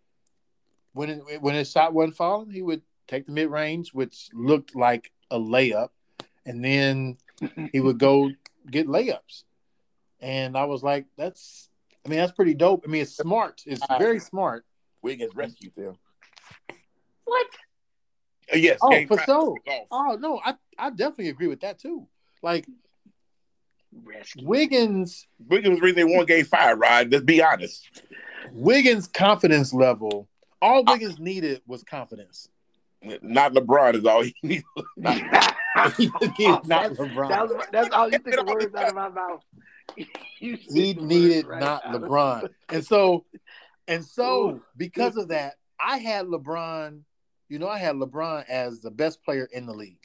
[SPEAKER 2] when it, when his shot wasn't falling, he would take the mid range, which looked like a layup, and then he would go get layups. And I was like, that's, I mean, that's pretty dope. I mean, it's smart. It's very smart.
[SPEAKER 1] Wiggins rescued them.
[SPEAKER 3] What?
[SPEAKER 1] Uh, yes.
[SPEAKER 2] Oh,
[SPEAKER 1] game
[SPEAKER 2] for
[SPEAKER 1] five.
[SPEAKER 2] sure.
[SPEAKER 1] Golf.
[SPEAKER 2] Oh no, I I definitely agree with that too. Like
[SPEAKER 3] Rescue.
[SPEAKER 2] Wiggins
[SPEAKER 1] Wiggins was the reason they won game five, Rod. Let's be honest.
[SPEAKER 2] Wiggins confidence level. All Wiggins needed was confidence.
[SPEAKER 1] Not LeBron is all he needs.
[SPEAKER 2] He
[SPEAKER 3] Oh,
[SPEAKER 2] needed not
[SPEAKER 3] That
[SPEAKER 2] LeBron.
[SPEAKER 3] was, that's all you took the words out of my mouth. You took
[SPEAKER 2] He
[SPEAKER 3] the words
[SPEAKER 2] needed
[SPEAKER 3] right
[SPEAKER 2] not
[SPEAKER 3] out of-
[SPEAKER 2] LeBron. And so and so
[SPEAKER 3] Ooh.
[SPEAKER 2] because of that, I had LeBron, you know, I had LeBron as the best player in the league.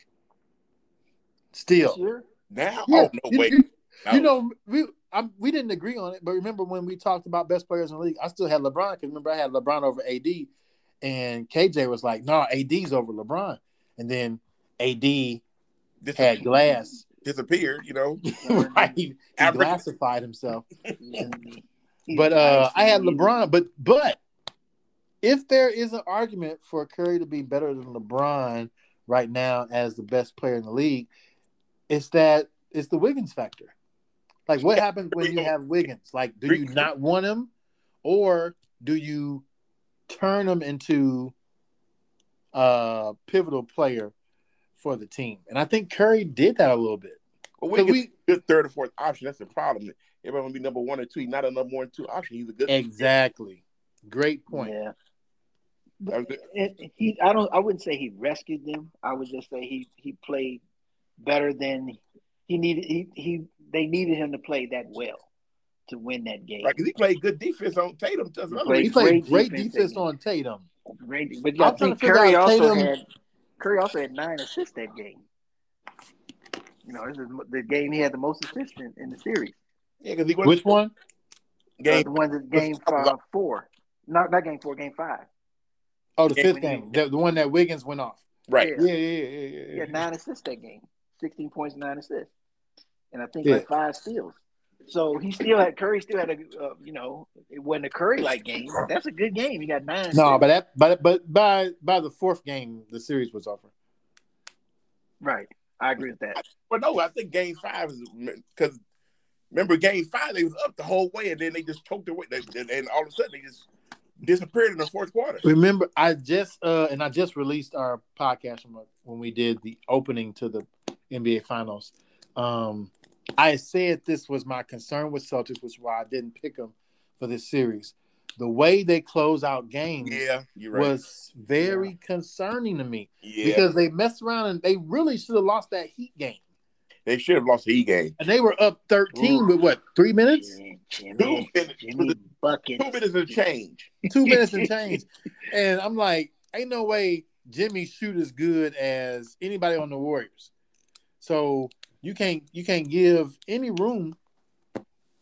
[SPEAKER 2] Still.
[SPEAKER 3] Sure.
[SPEAKER 1] Now,
[SPEAKER 2] Yeah,
[SPEAKER 1] oh no
[SPEAKER 2] you-
[SPEAKER 1] way.
[SPEAKER 2] you-
[SPEAKER 1] No.
[SPEAKER 2] You know, we I, we didn't agree on it, but remember when we talked about best players in the league? I still had LeBron because remember I had LeBron over AD, and KJ was like, "No, nah, AD's over LeBron," and then AD
[SPEAKER 1] Dis-
[SPEAKER 2] had glass,
[SPEAKER 1] disappeared. You know,
[SPEAKER 2] right? He
[SPEAKER 1] Average-
[SPEAKER 2] glassified himself. But uh, I had LeBron. But but if there is an argument for Curry to be better than LeBron right now as the best player in the league, it's that it's the Wiggins factor. Like what happens when you have Wiggins? Like, do you not want him, or do you turn him into a pivotal player for the team? And I think Curry did that a little bit.
[SPEAKER 1] but
[SPEAKER 2] 'Cause
[SPEAKER 1] Wiggins
[SPEAKER 2] we-
[SPEAKER 1] is third or fourth option. That's the problem. Everyone be number one or two. He's not a number one or two option. He's a good.
[SPEAKER 2] exactly. Great point.
[SPEAKER 3] Yeah.
[SPEAKER 1] that was it.
[SPEAKER 3] And he, I don't, I wouldn't say he rescued them. I would just say he he played better than he needed. He, he they needed him to play that well to win that game.
[SPEAKER 1] Like 'cause he played good defense on Tatum. That's another
[SPEAKER 3] Great-
[SPEAKER 2] He
[SPEAKER 1] reason.
[SPEAKER 2] played
[SPEAKER 3] great
[SPEAKER 2] great
[SPEAKER 3] defense
[SPEAKER 2] defense
[SPEAKER 3] that-
[SPEAKER 2] on Tatum.
[SPEAKER 3] Great, but
[SPEAKER 2] I'm
[SPEAKER 3] I
[SPEAKER 2] trying to
[SPEAKER 3] think
[SPEAKER 2] figure
[SPEAKER 3] Curry
[SPEAKER 2] out
[SPEAKER 3] also
[SPEAKER 2] Tatum-
[SPEAKER 3] had Curry also had nine assists that game. You know, this is the game he had the most assists in, in the series.
[SPEAKER 1] Yeah, because he went
[SPEAKER 2] Which one?
[SPEAKER 3] Uh,
[SPEAKER 1] game.
[SPEAKER 3] the one that game uh, four, not not game four, game five.
[SPEAKER 2] Oh, the
[SPEAKER 1] Yeah,
[SPEAKER 2] fifth
[SPEAKER 3] when he-
[SPEAKER 2] game, the, the one that Wiggins went off.
[SPEAKER 1] Right.
[SPEAKER 3] Yeah.
[SPEAKER 2] Yeah, yeah, yeah, yeah.
[SPEAKER 3] He
[SPEAKER 2] yeah.
[SPEAKER 3] had nine assists that game, sixteen points, nine assists, and I think
[SPEAKER 2] Yeah.
[SPEAKER 3] like five steals. So he still had Curry. Still had a uh, you know it wasn't a Curry like game. That's a good game. He got nine.
[SPEAKER 2] No,
[SPEAKER 3] steals.
[SPEAKER 2] but that, but but by by the fourth game, the series was over.
[SPEAKER 3] right, I agree with that.
[SPEAKER 1] Well, no, I think game five is because remember game five they was up the whole way and then they just choked away they, and, and all of a sudden they just disappeared in the fourth quarter.
[SPEAKER 2] Remember, I just uh and I just released our podcast from uh, when we did the opening to the NBA Finals. Um, I said this was my concern with Celtics, which is why I didn't pick them for this series. The way they close out games
[SPEAKER 1] Yeah, you're right.
[SPEAKER 2] was very concerning to me
[SPEAKER 1] yeah,
[SPEAKER 2] because they messed around and they really should have lost that Heat game.
[SPEAKER 1] they should have lost the E game.
[SPEAKER 2] and they were up 13
[SPEAKER 3] Ooh.
[SPEAKER 2] with what three minutes
[SPEAKER 3] Jimmy,
[SPEAKER 1] Two
[SPEAKER 3] Jimmy,
[SPEAKER 1] minutes,
[SPEAKER 3] Jimmy bucket.
[SPEAKER 1] two minutes of change.
[SPEAKER 2] two minutes and change and i'm like ain't no way jimmy shoot as good as anybody on the warriors so you can't you can't give any room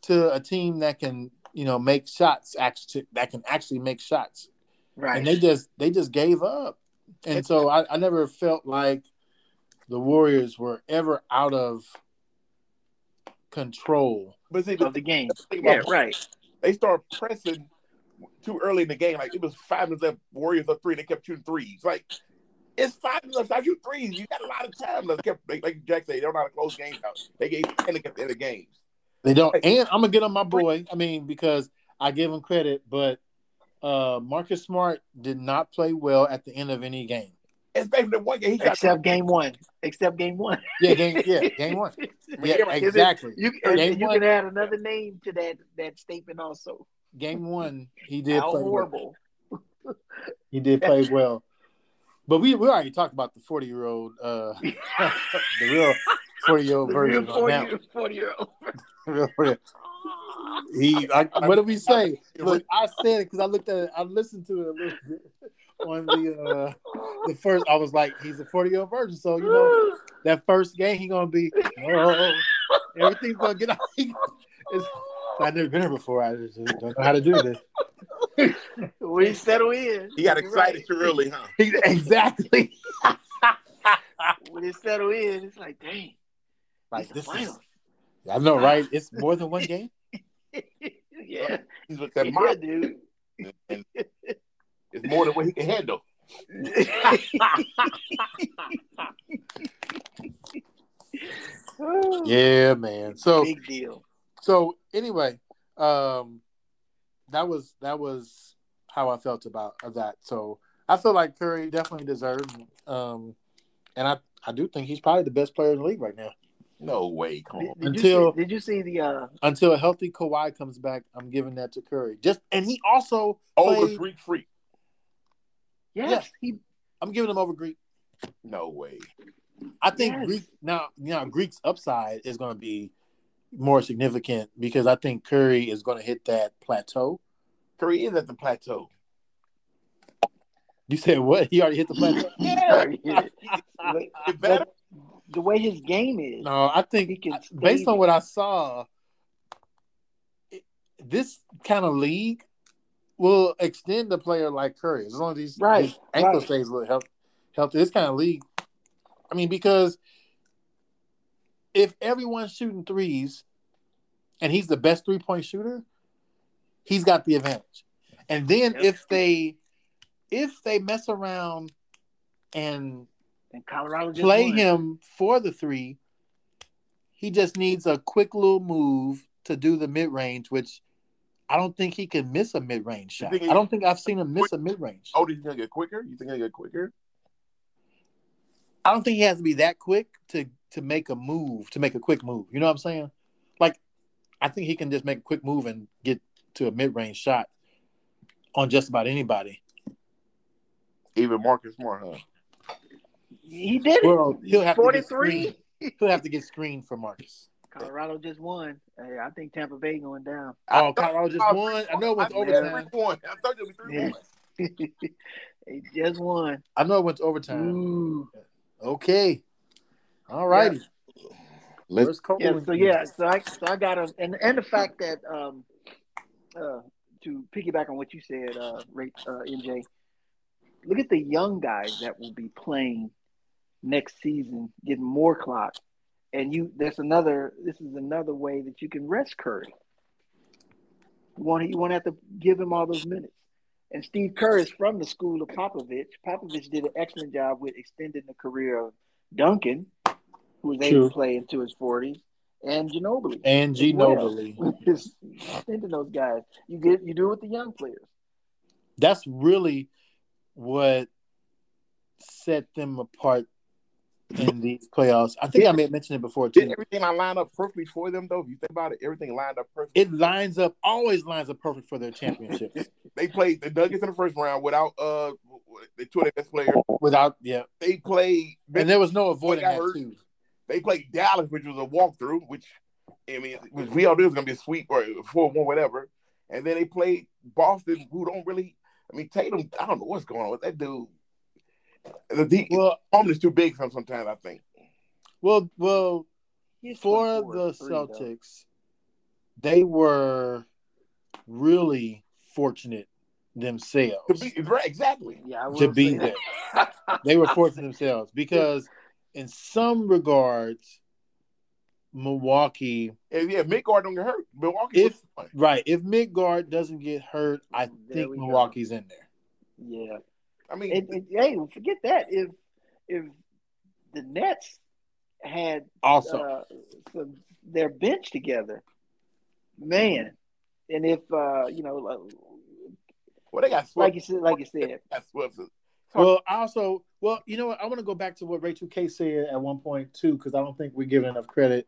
[SPEAKER 2] to a team that can you know make shots actually that can actually make shots
[SPEAKER 3] Right.
[SPEAKER 2] and they just they just gave up and so I, I never felt like the warriors were ever out of control
[SPEAKER 1] But see,
[SPEAKER 3] of
[SPEAKER 1] but
[SPEAKER 3] the game.
[SPEAKER 1] think
[SPEAKER 3] Yeah,
[SPEAKER 1] about
[SPEAKER 3] right.
[SPEAKER 1] they start pressing too early in the game. Like it was five minutes left, Warriors up three. They kept shooting threes. Like it's five minutes left. I shoot threes. You got a lot of time left. Kept, like, like Jack said, they don't know how to close games out. They gave ten at the end of games.
[SPEAKER 2] They don't,
[SPEAKER 1] Right.
[SPEAKER 2] and I'm gonna get on my boy. I mean, because I give him credit, but uh Marcus Smart did not play well at the end of any game.
[SPEAKER 1] Especially the one game he got
[SPEAKER 3] Except game one. Except game one.
[SPEAKER 2] Yeah, game, yeah, game one. Yeah,
[SPEAKER 1] Yeah, but
[SPEAKER 3] is it-
[SPEAKER 2] exactly.
[SPEAKER 3] You and,
[SPEAKER 2] Game
[SPEAKER 3] and you
[SPEAKER 2] one.
[SPEAKER 3] can add another name to that that statement also.
[SPEAKER 2] Game one, he did
[SPEAKER 3] How
[SPEAKER 2] play well.
[SPEAKER 3] horrible.
[SPEAKER 2] He did play well, but we we already talked about the 40 year old, uh the real 40 year old
[SPEAKER 3] The real
[SPEAKER 2] version. of
[SPEAKER 3] four
[SPEAKER 2] that
[SPEAKER 3] year four year old.
[SPEAKER 2] one. Real- real- He, I, what did we say?
[SPEAKER 1] It was-
[SPEAKER 2] Look, I said it because I looked at it. I listened to it a little bit on the uh the first. I was like, he's a 40 year old virgin, so you know. that first game, he gonna be oh, everything's gonna get out. It's, I've never been here before. I just don't know how to do this.
[SPEAKER 3] we settle in.
[SPEAKER 1] He got
[SPEAKER 3] You're
[SPEAKER 1] excited too
[SPEAKER 3] right.
[SPEAKER 1] early, huh?
[SPEAKER 2] exactly.
[SPEAKER 3] When it settle in, it's like, dang,
[SPEAKER 2] Like
[SPEAKER 3] it's the
[SPEAKER 2] this is,
[SPEAKER 3] final.
[SPEAKER 2] I know, right? It's more than one game.
[SPEAKER 3] yeah.
[SPEAKER 1] He's with that
[SPEAKER 3] yeah,
[SPEAKER 1] mind.
[SPEAKER 3] dude.
[SPEAKER 1] It's more than what he can handle.
[SPEAKER 2] Yeah, man. So,
[SPEAKER 3] big deal.
[SPEAKER 2] so anyway, um, that was that was how I felt about that. So I feel like Curry definitely deserved, um, and I I do think he's probably the best player in the league right now.
[SPEAKER 1] No way. Come
[SPEAKER 3] Did,
[SPEAKER 1] on.
[SPEAKER 3] did you
[SPEAKER 2] Until-
[SPEAKER 3] see, did you see the uh,
[SPEAKER 2] Until a healthy Kawhi comes back, I'm giving that to Curry. Just and he also
[SPEAKER 1] Oh, the
[SPEAKER 2] played-
[SPEAKER 1] Greek freak.
[SPEAKER 3] yes,
[SPEAKER 2] Yeah.
[SPEAKER 3] he
[SPEAKER 2] I'm giving him over Greek.
[SPEAKER 1] No way.
[SPEAKER 2] I think
[SPEAKER 3] Yes.
[SPEAKER 2] Greek now now Greek's upside is going to be more significant because I think Curry is going to hit that plateau.
[SPEAKER 1] Curry is at the plateau.
[SPEAKER 2] You said what? He already hit the plateau.
[SPEAKER 1] Yeah.
[SPEAKER 3] Yeah. Wait,
[SPEAKER 1] It better.
[SPEAKER 3] the way his game is.
[SPEAKER 2] no, I
[SPEAKER 3] He
[SPEAKER 2] think
[SPEAKER 3] can
[SPEAKER 2] based
[SPEAKER 3] save
[SPEAKER 2] on
[SPEAKER 3] it.
[SPEAKER 2] what I saw, it, this kind of league will extend the player like Curry as long as these
[SPEAKER 3] Right,
[SPEAKER 2] his ankle
[SPEAKER 3] right.
[SPEAKER 2] stays a little health, healthy. This kind of league, I mean, because if everyone's shooting threes and he's the best three point shooter, he's got the advantage. And then
[SPEAKER 3] Yep.
[SPEAKER 2] if they if they mess around and
[SPEAKER 3] And Colorado just
[SPEAKER 2] play
[SPEAKER 3] won.
[SPEAKER 2] him for the three. He just needs a quick little move to do the mid range, which I don't think he can miss a mid range
[SPEAKER 1] You
[SPEAKER 2] shot.
[SPEAKER 1] think he-
[SPEAKER 2] I don't think I've seen him miss a mid range.
[SPEAKER 1] Oh, do you think he'll get quicker? You think he'll get quicker?
[SPEAKER 2] I don't think he has to be that quick to to make a move, to make a quick move. You know what I'm saying? Like, I think he can just make a quick move and get to a mid range shot on just about anybody.
[SPEAKER 1] Even Marcus Smart, huh?
[SPEAKER 3] He did it.
[SPEAKER 2] Well, he'll have to get
[SPEAKER 3] 43.
[SPEAKER 2] screened. He'll have to get screened for Marcus.
[SPEAKER 3] Colorado just won. Hey, I think Tampa Bay going down.
[SPEAKER 2] Oh, Colorado just won. I know it went to
[SPEAKER 1] I
[SPEAKER 3] Yeah.
[SPEAKER 2] overtime.
[SPEAKER 1] said 3-1. I thought it was 3-1.
[SPEAKER 3] Yeah. they just won.
[SPEAKER 2] I know it went to overtime.
[SPEAKER 3] Ooh.
[SPEAKER 2] Okay. All righty.
[SPEAKER 1] Let's-
[SPEAKER 2] Where's Cole?
[SPEAKER 3] Yeah. So yeah. So I so I got him, and and the fact that um uh to piggyback on what you said, uh, Ray, uh NJ, look at the young guys that will be playing next season, getting more clock, and you there's another. This is another way that you can rest Curry. You want you want to have to give him all those minutes. And Steve Kerr is from the school of Popovich. Popovich did an excellent job with extending the career of Duncan, who was able
[SPEAKER 2] True.
[SPEAKER 3] to play into his 40s, and Ginobili.
[SPEAKER 2] And G
[SPEAKER 3] Well.
[SPEAKER 2] Nobly.
[SPEAKER 3] Just extending those guys. You get you do it with the young players.
[SPEAKER 2] That's really what set them apart in these playoffs. I think I may have mentioned it before
[SPEAKER 1] Did
[SPEAKER 2] too.
[SPEAKER 1] everything I line up perfectly for them though? If you think about it, everything lined up perfectly.
[SPEAKER 2] It lines up, always lines up perfect for their championships.
[SPEAKER 1] They played the Nuggets in the first round without uh the two of their best players.
[SPEAKER 2] Without, yeah.
[SPEAKER 1] They played
[SPEAKER 2] And there was no avoiding
[SPEAKER 1] Like I
[SPEAKER 2] that
[SPEAKER 1] heard.
[SPEAKER 2] too.
[SPEAKER 1] they played Dallas, which was a walkthrough, which I mean which we all knew was gonna be a sweep or four one, whatever. And then they played Boston, who don't really I mean Tatum, I don't know what's going on with that dude. The deep
[SPEAKER 2] Well,
[SPEAKER 1] arm is too big for him sometimes, I think.
[SPEAKER 2] well, well,
[SPEAKER 3] He's
[SPEAKER 2] for
[SPEAKER 3] 24
[SPEAKER 2] the
[SPEAKER 3] and three, though.
[SPEAKER 2] Celtics, they were really fortunate
[SPEAKER 1] To
[SPEAKER 2] themselves.
[SPEAKER 1] be right, exactly.
[SPEAKER 3] Yeah, I
[SPEAKER 2] to
[SPEAKER 3] will
[SPEAKER 2] be
[SPEAKER 3] say that.
[SPEAKER 2] they were forcing themselves because in some regards Milwaukee
[SPEAKER 1] And yeah, Midgard don't get hurt. Milwaukee
[SPEAKER 2] If-
[SPEAKER 1] was fine.
[SPEAKER 2] right if Midgard doesn't get hurt I
[SPEAKER 3] There
[SPEAKER 2] think
[SPEAKER 3] we go.
[SPEAKER 2] Milwaukee's in there
[SPEAKER 3] Yeah.
[SPEAKER 1] I mean
[SPEAKER 3] And, and, hey, forget that. If if the Nets had
[SPEAKER 2] also
[SPEAKER 3] uh, some, their bench together, man, and if uh, you know, like,
[SPEAKER 1] well they got swept.
[SPEAKER 3] like you said, like you said,
[SPEAKER 1] They got swept.
[SPEAKER 2] well I also well you know what I want to go back to what Rachel K said at one point too because I don't think we're giving enough credit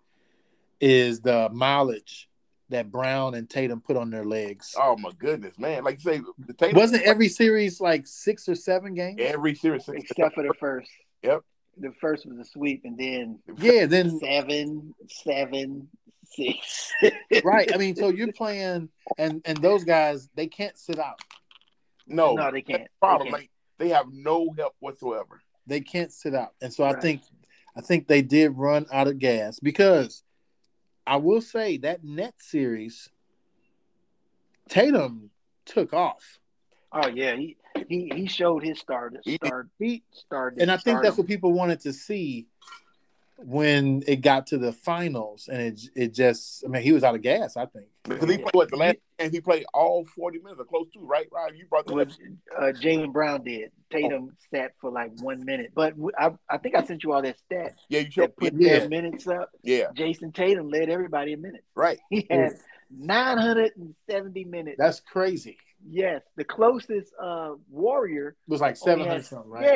[SPEAKER 2] is the mileage that Brown and Tatum put on their legs
[SPEAKER 1] Oh my goodness, man! Like you say, the Tatum
[SPEAKER 2] wasn't every series like six or seven games
[SPEAKER 1] every series
[SPEAKER 3] except for the first.
[SPEAKER 1] Yep.
[SPEAKER 3] The first was a sweep, and then
[SPEAKER 2] yeah then
[SPEAKER 3] seven, seven, six.
[SPEAKER 2] right I mean so you're playing and and those guys they can't sit out
[SPEAKER 1] no,
[SPEAKER 3] No, they can't.
[SPEAKER 1] That's the problem.
[SPEAKER 3] They can't.
[SPEAKER 1] Like they have no help whatsoever.
[SPEAKER 2] they can't sit out. And so I
[SPEAKER 3] Right.
[SPEAKER 2] think I think they did run out of gas because I will say that net series Tatum took off.
[SPEAKER 3] Oh yeah, he he, he showed his star
[SPEAKER 1] He-
[SPEAKER 3] star
[SPEAKER 2] He
[SPEAKER 3] star.
[SPEAKER 2] and I think that's
[SPEAKER 3] stardom.
[SPEAKER 2] what people wanted to see when it got to the finals and it it just I mean he was out of gas, I think.
[SPEAKER 1] Because he
[SPEAKER 3] Yeah.
[SPEAKER 1] played what the last and he played all forty minutes or close to right. Right, you brought that up.
[SPEAKER 3] what uh, Jalen Brown did. Tatum sat for like one minute, but w- I, I think I sent you all that stat
[SPEAKER 1] Yeah, you sure.
[SPEAKER 3] that put
[SPEAKER 2] Yeah.
[SPEAKER 3] their minutes up.
[SPEAKER 1] Yeah,
[SPEAKER 3] Jason Tatum led everybody in minutes.
[SPEAKER 1] right.
[SPEAKER 3] He had 970 minutes.
[SPEAKER 2] That's crazy.
[SPEAKER 3] yes, the closest uh, Warrior.
[SPEAKER 2] It was like
[SPEAKER 3] only
[SPEAKER 2] 700
[SPEAKER 3] had-
[SPEAKER 2] something, right?
[SPEAKER 3] Oh,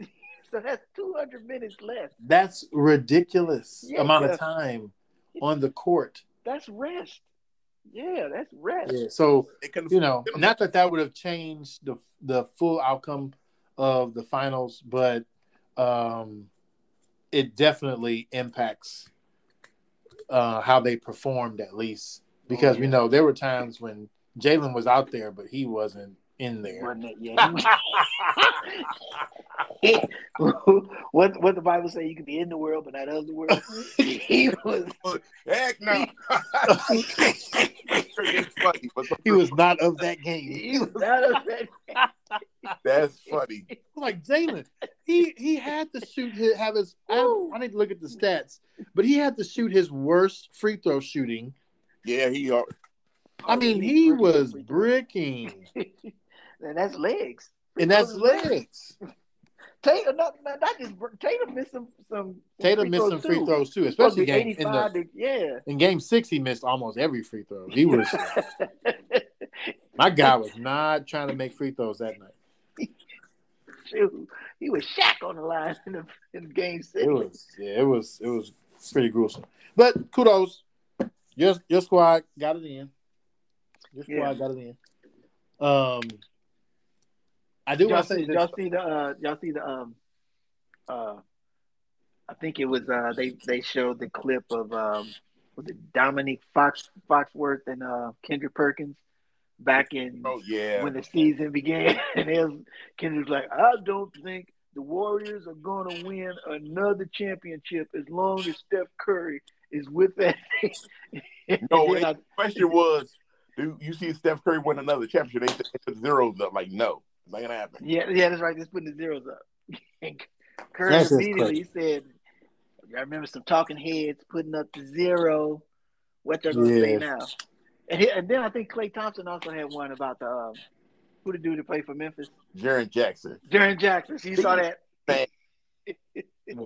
[SPEAKER 3] Yeah, so that's 200 minutes left.
[SPEAKER 2] That's ridiculous
[SPEAKER 3] Yeah.
[SPEAKER 2] amount of time on the court.
[SPEAKER 3] That's rest. Yeah, that's rest.
[SPEAKER 2] Yeah, So
[SPEAKER 1] They couldn't
[SPEAKER 2] you know, not that that would have changed the the full outcome of the finals, but um, it definitely impacts uh, how they performed at least because we know there were times when Jalen was out there, but he wasn't in there.
[SPEAKER 3] Wasn't it? Yeah. what what the Bible say? You can be in the world, but not of the world. he was.
[SPEAKER 1] Heck no. it's funny, but
[SPEAKER 2] He was not of that game.
[SPEAKER 3] He was not of that.
[SPEAKER 1] that's funny.
[SPEAKER 2] Like Jalen, he he had to shoot his, have his. I, I need to look at the stats, but he had to shoot his worst free throw shooting
[SPEAKER 1] Yeah, he are.
[SPEAKER 2] I mean, he was bricking,
[SPEAKER 3] And that's legs.
[SPEAKER 2] and that's legs.
[SPEAKER 3] Tatum, not, not, not just br- Tatum missed some some.
[SPEAKER 2] Tatum missed some free throws too, especially game, in, the,
[SPEAKER 3] to, yeah.
[SPEAKER 2] in game six. He missed almost every free throw. He was my guy was not trying to make free throws that night.
[SPEAKER 3] Shoot, he was Shaq on the line in, the, in game six.
[SPEAKER 2] It was yeah, it was it was pretty gruesome. But kudos, your your squad got it in. Your squad
[SPEAKER 3] Yeah.
[SPEAKER 2] got it in. Um, I do
[SPEAKER 3] y'all
[SPEAKER 2] want to
[SPEAKER 3] see,
[SPEAKER 2] say
[SPEAKER 3] y'all
[SPEAKER 2] this.
[SPEAKER 3] see the uh, y'all see the um uh I think it was uh they they showed the clip of um was it Dominique Fox Foxworth and uh Kendrick Perkins back in
[SPEAKER 1] Oh yeah.
[SPEAKER 3] when the season began and it was, Kendrick's like I don't think the Warriors are gonna win another championship as long as Steph Curry is with that.
[SPEAKER 1] No, Oh,
[SPEAKER 3] And then I-
[SPEAKER 1] question was, do you see Steph Curry win another championship? They said they put zeros up. Like, no, it's not gonna happen.
[SPEAKER 3] Yeah, yeah, that's right. Just putting the zeros up. And Curry
[SPEAKER 2] That's just
[SPEAKER 3] immediately said, "I remember some talking heads putting up the zero. What they're gonna say
[SPEAKER 2] Yeah.
[SPEAKER 3] now?" And, he, and then I think Clay Thompson also had one about the um, who the dude to play for Memphis,
[SPEAKER 1] Jaron Jackson
[SPEAKER 3] Jaron Jackson. She saw that.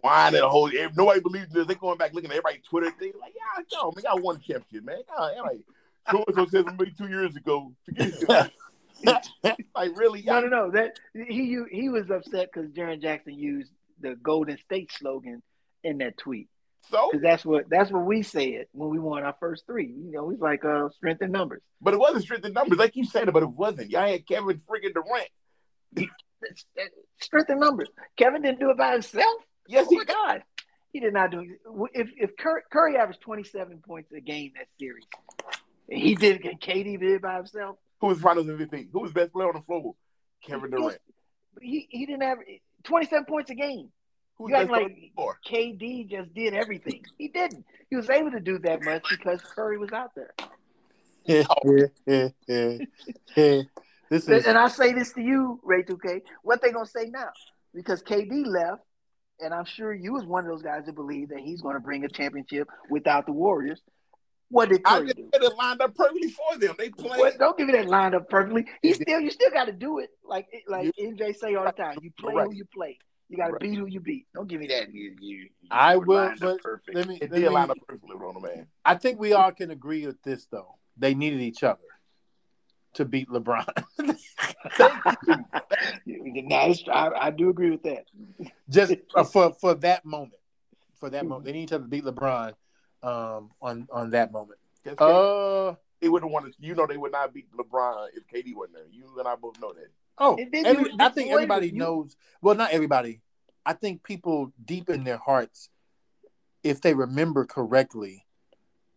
[SPEAKER 1] whining a whole. If nobody believes this, they going back looking at everybody Twitter thing. Like, yeah, no, man, I won a championship, man. God, everybody. So and so says maybe two years ago. Forget it. like, really?
[SPEAKER 3] No,
[SPEAKER 1] Y'all,
[SPEAKER 3] no, no. That he u- he was upset because Jaron Jackson used the Golden State slogan in that tweet.
[SPEAKER 1] so,
[SPEAKER 3] Because that's what that's what we said when we won our first three. You know, we was like uh, strength in numbers.
[SPEAKER 1] but it wasn't strength in numbers, like you said, but it wasn't. Y'all had Kevin freaking Durant.
[SPEAKER 3] strength in numbers. Kevin didn't do it by himself.
[SPEAKER 1] Yes,
[SPEAKER 3] oh
[SPEAKER 1] he
[SPEAKER 3] my God, he did not do it. If if Curry, Curry averaged twenty seven points a game that series, and he did and KD did it by himself.
[SPEAKER 1] Who was Finals MVP? Who was best player on the floor? Kevin Durant.
[SPEAKER 3] He he didn't have twenty seven points a game.
[SPEAKER 1] Who was
[SPEAKER 3] You
[SPEAKER 1] best
[SPEAKER 3] act
[SPEAKER 1] player
[SPEAKER 3] like
[SPEAKER 1] on the floor?
[SPEAKER 3] KD just did everything. He didn't. He was able to do that much because Curry was out there.
[SPEAKER 2] Yeah, yeah, yeah, yeah. This is
[SPEAKER 3] And I say this to you, Ray 2K. What they gonna say now? Because KD left, and I'm sure you was one of those guys that believe that he's gonna bring a championship without the Warriors. What did
[SPEAKER 1] I
[SPEAKER 3] Curry
[SPEAKER 1] just
[SPEAKER 3] do?
[SPEAKER 1] said it lined up perfectly for them. They played.
[SPEAKER 3] What, don't give me that lined up perfectly. He still, you still got to do it. Like like NJ say all the time, you play
[SPEAKER 1] Correct.
[SPEAKER 3] who you play. You got to
[SPEAKER 1] Correct.
[SPEAKER 3] beat who you beat. Don't give me that. You, you,
[SPEAKER 2] I
[SPEAKER 3] you were
[SPEAKER 2] will,
[SPEAKER 3] lined up
[SPEAKER 2] but
[SPEAKER 3] perfect.
[SPEAKER 2] let me,
[SPEAKER 1] It
[SPEAKER 2] let
[SPEAKER 1] did line
[SPEAKER 2] me-
[SPEAKER 1] up perfectly on the man.
[SPEAKER 2] I think we all can agree with this though. They needed each other to beat LeBron.
[SPEAKER 3] Nah, it's- I, I do agree with that.
[SPEAKER 2] Just for for that moment. For that
[SPEAKER 3] Mm-hmm.
[SPEAKER 2] moment. They need each other to beat LeBron um on on that moment.
[SPEAKER 1] Just
[SPEAKER 2] Uh
[SPEAKER 1] they wouldn't want to. You know, they would not beat LeBron if KD wasn't there. You and I both know that.
[SPEAKER 2] oh
[SPEAKER 3] And then
[SPEAKER 2] every-
[SPEAKER 3] you-
[SPEAKER 2] I think
[SPEAKER 3] wait a
[SPEAKER 2] everybody
[SPEAKER 3] minute, you-
[SPEAKER 2] knows well not everybody. I think people deep in their hearts, if they remember correctly,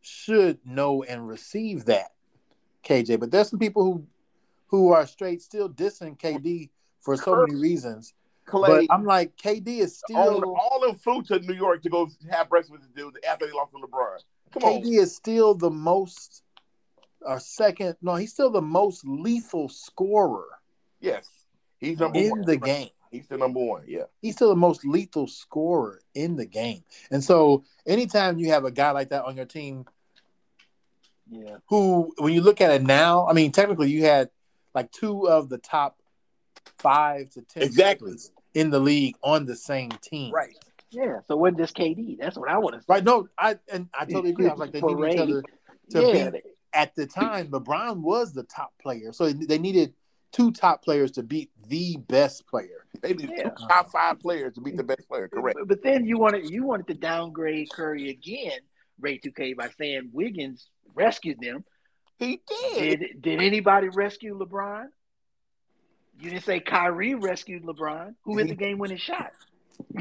[SPEAKER 2] should know and receive that, KJ. But there's some people who who are straight still dissing KD for so many reasons.
[SPEAKER 1] Clay
[SPEAKER 2] But I'm like, KD is
[SPEAKER 1] all,
[SPEAKER 2] still
[SPEAKER 1] all of them flew to New York to go have breakfast with the dude after they lost to LeBron. Come
[SPEAKER 2] KD
[SPEAKER 1] on,
[SPEAKER 2] is still the most or second. No, he's still the most lethal scorer
[SPEAKER 1] yes, he's number
[SPEAKER 2] in
[SPEAKER 1] one
[SPEAKER 2] the game.
[SPEAKER 1] He's the number one. Yeah,
[SPEAKER 2] He's still the most lethal scorer in the game. And so anytime you have a guy like that on your team
[SPEAKER 3] Yeah,
[SPEAKER 2] who when you look at it now, I mean technically you had like two of the top five to ten
[SPEAKER 1] Exactly.
[SPEAKER 2] scorers in the league on the same team.
[SPEAKER 3] yeah. So wasn't just KD? That's what I want to say.
[SPEAKER 2] Right. No, I and I totally agree. I was like they
[SPEAKER 3] For
[SPEAKER 2] need each
[SPEAKER 3] Ray.
[SPEAKER 2] other to
[SPEAKER 3] yeah,
[SPEAKER 2] beat at the time, LeBron was the top player, so they needed two top players to beat the best player.
[SPEAKER 1] They need
[SPEAKER 3] Yeah.
[SPEAKER 1] two top five players to beat the best player. Correct.
[SPEAKER 3] But, but then you wanted you wanted to downgrade Curry again, Ray 2K, by saying Wiggins rescued them.
[SPEAKER 1] He did.
[SPEAKER 3] Did did anybody rescue LeBron? You didn't say Kyrie rescued LeBron, who hit the game winning shot.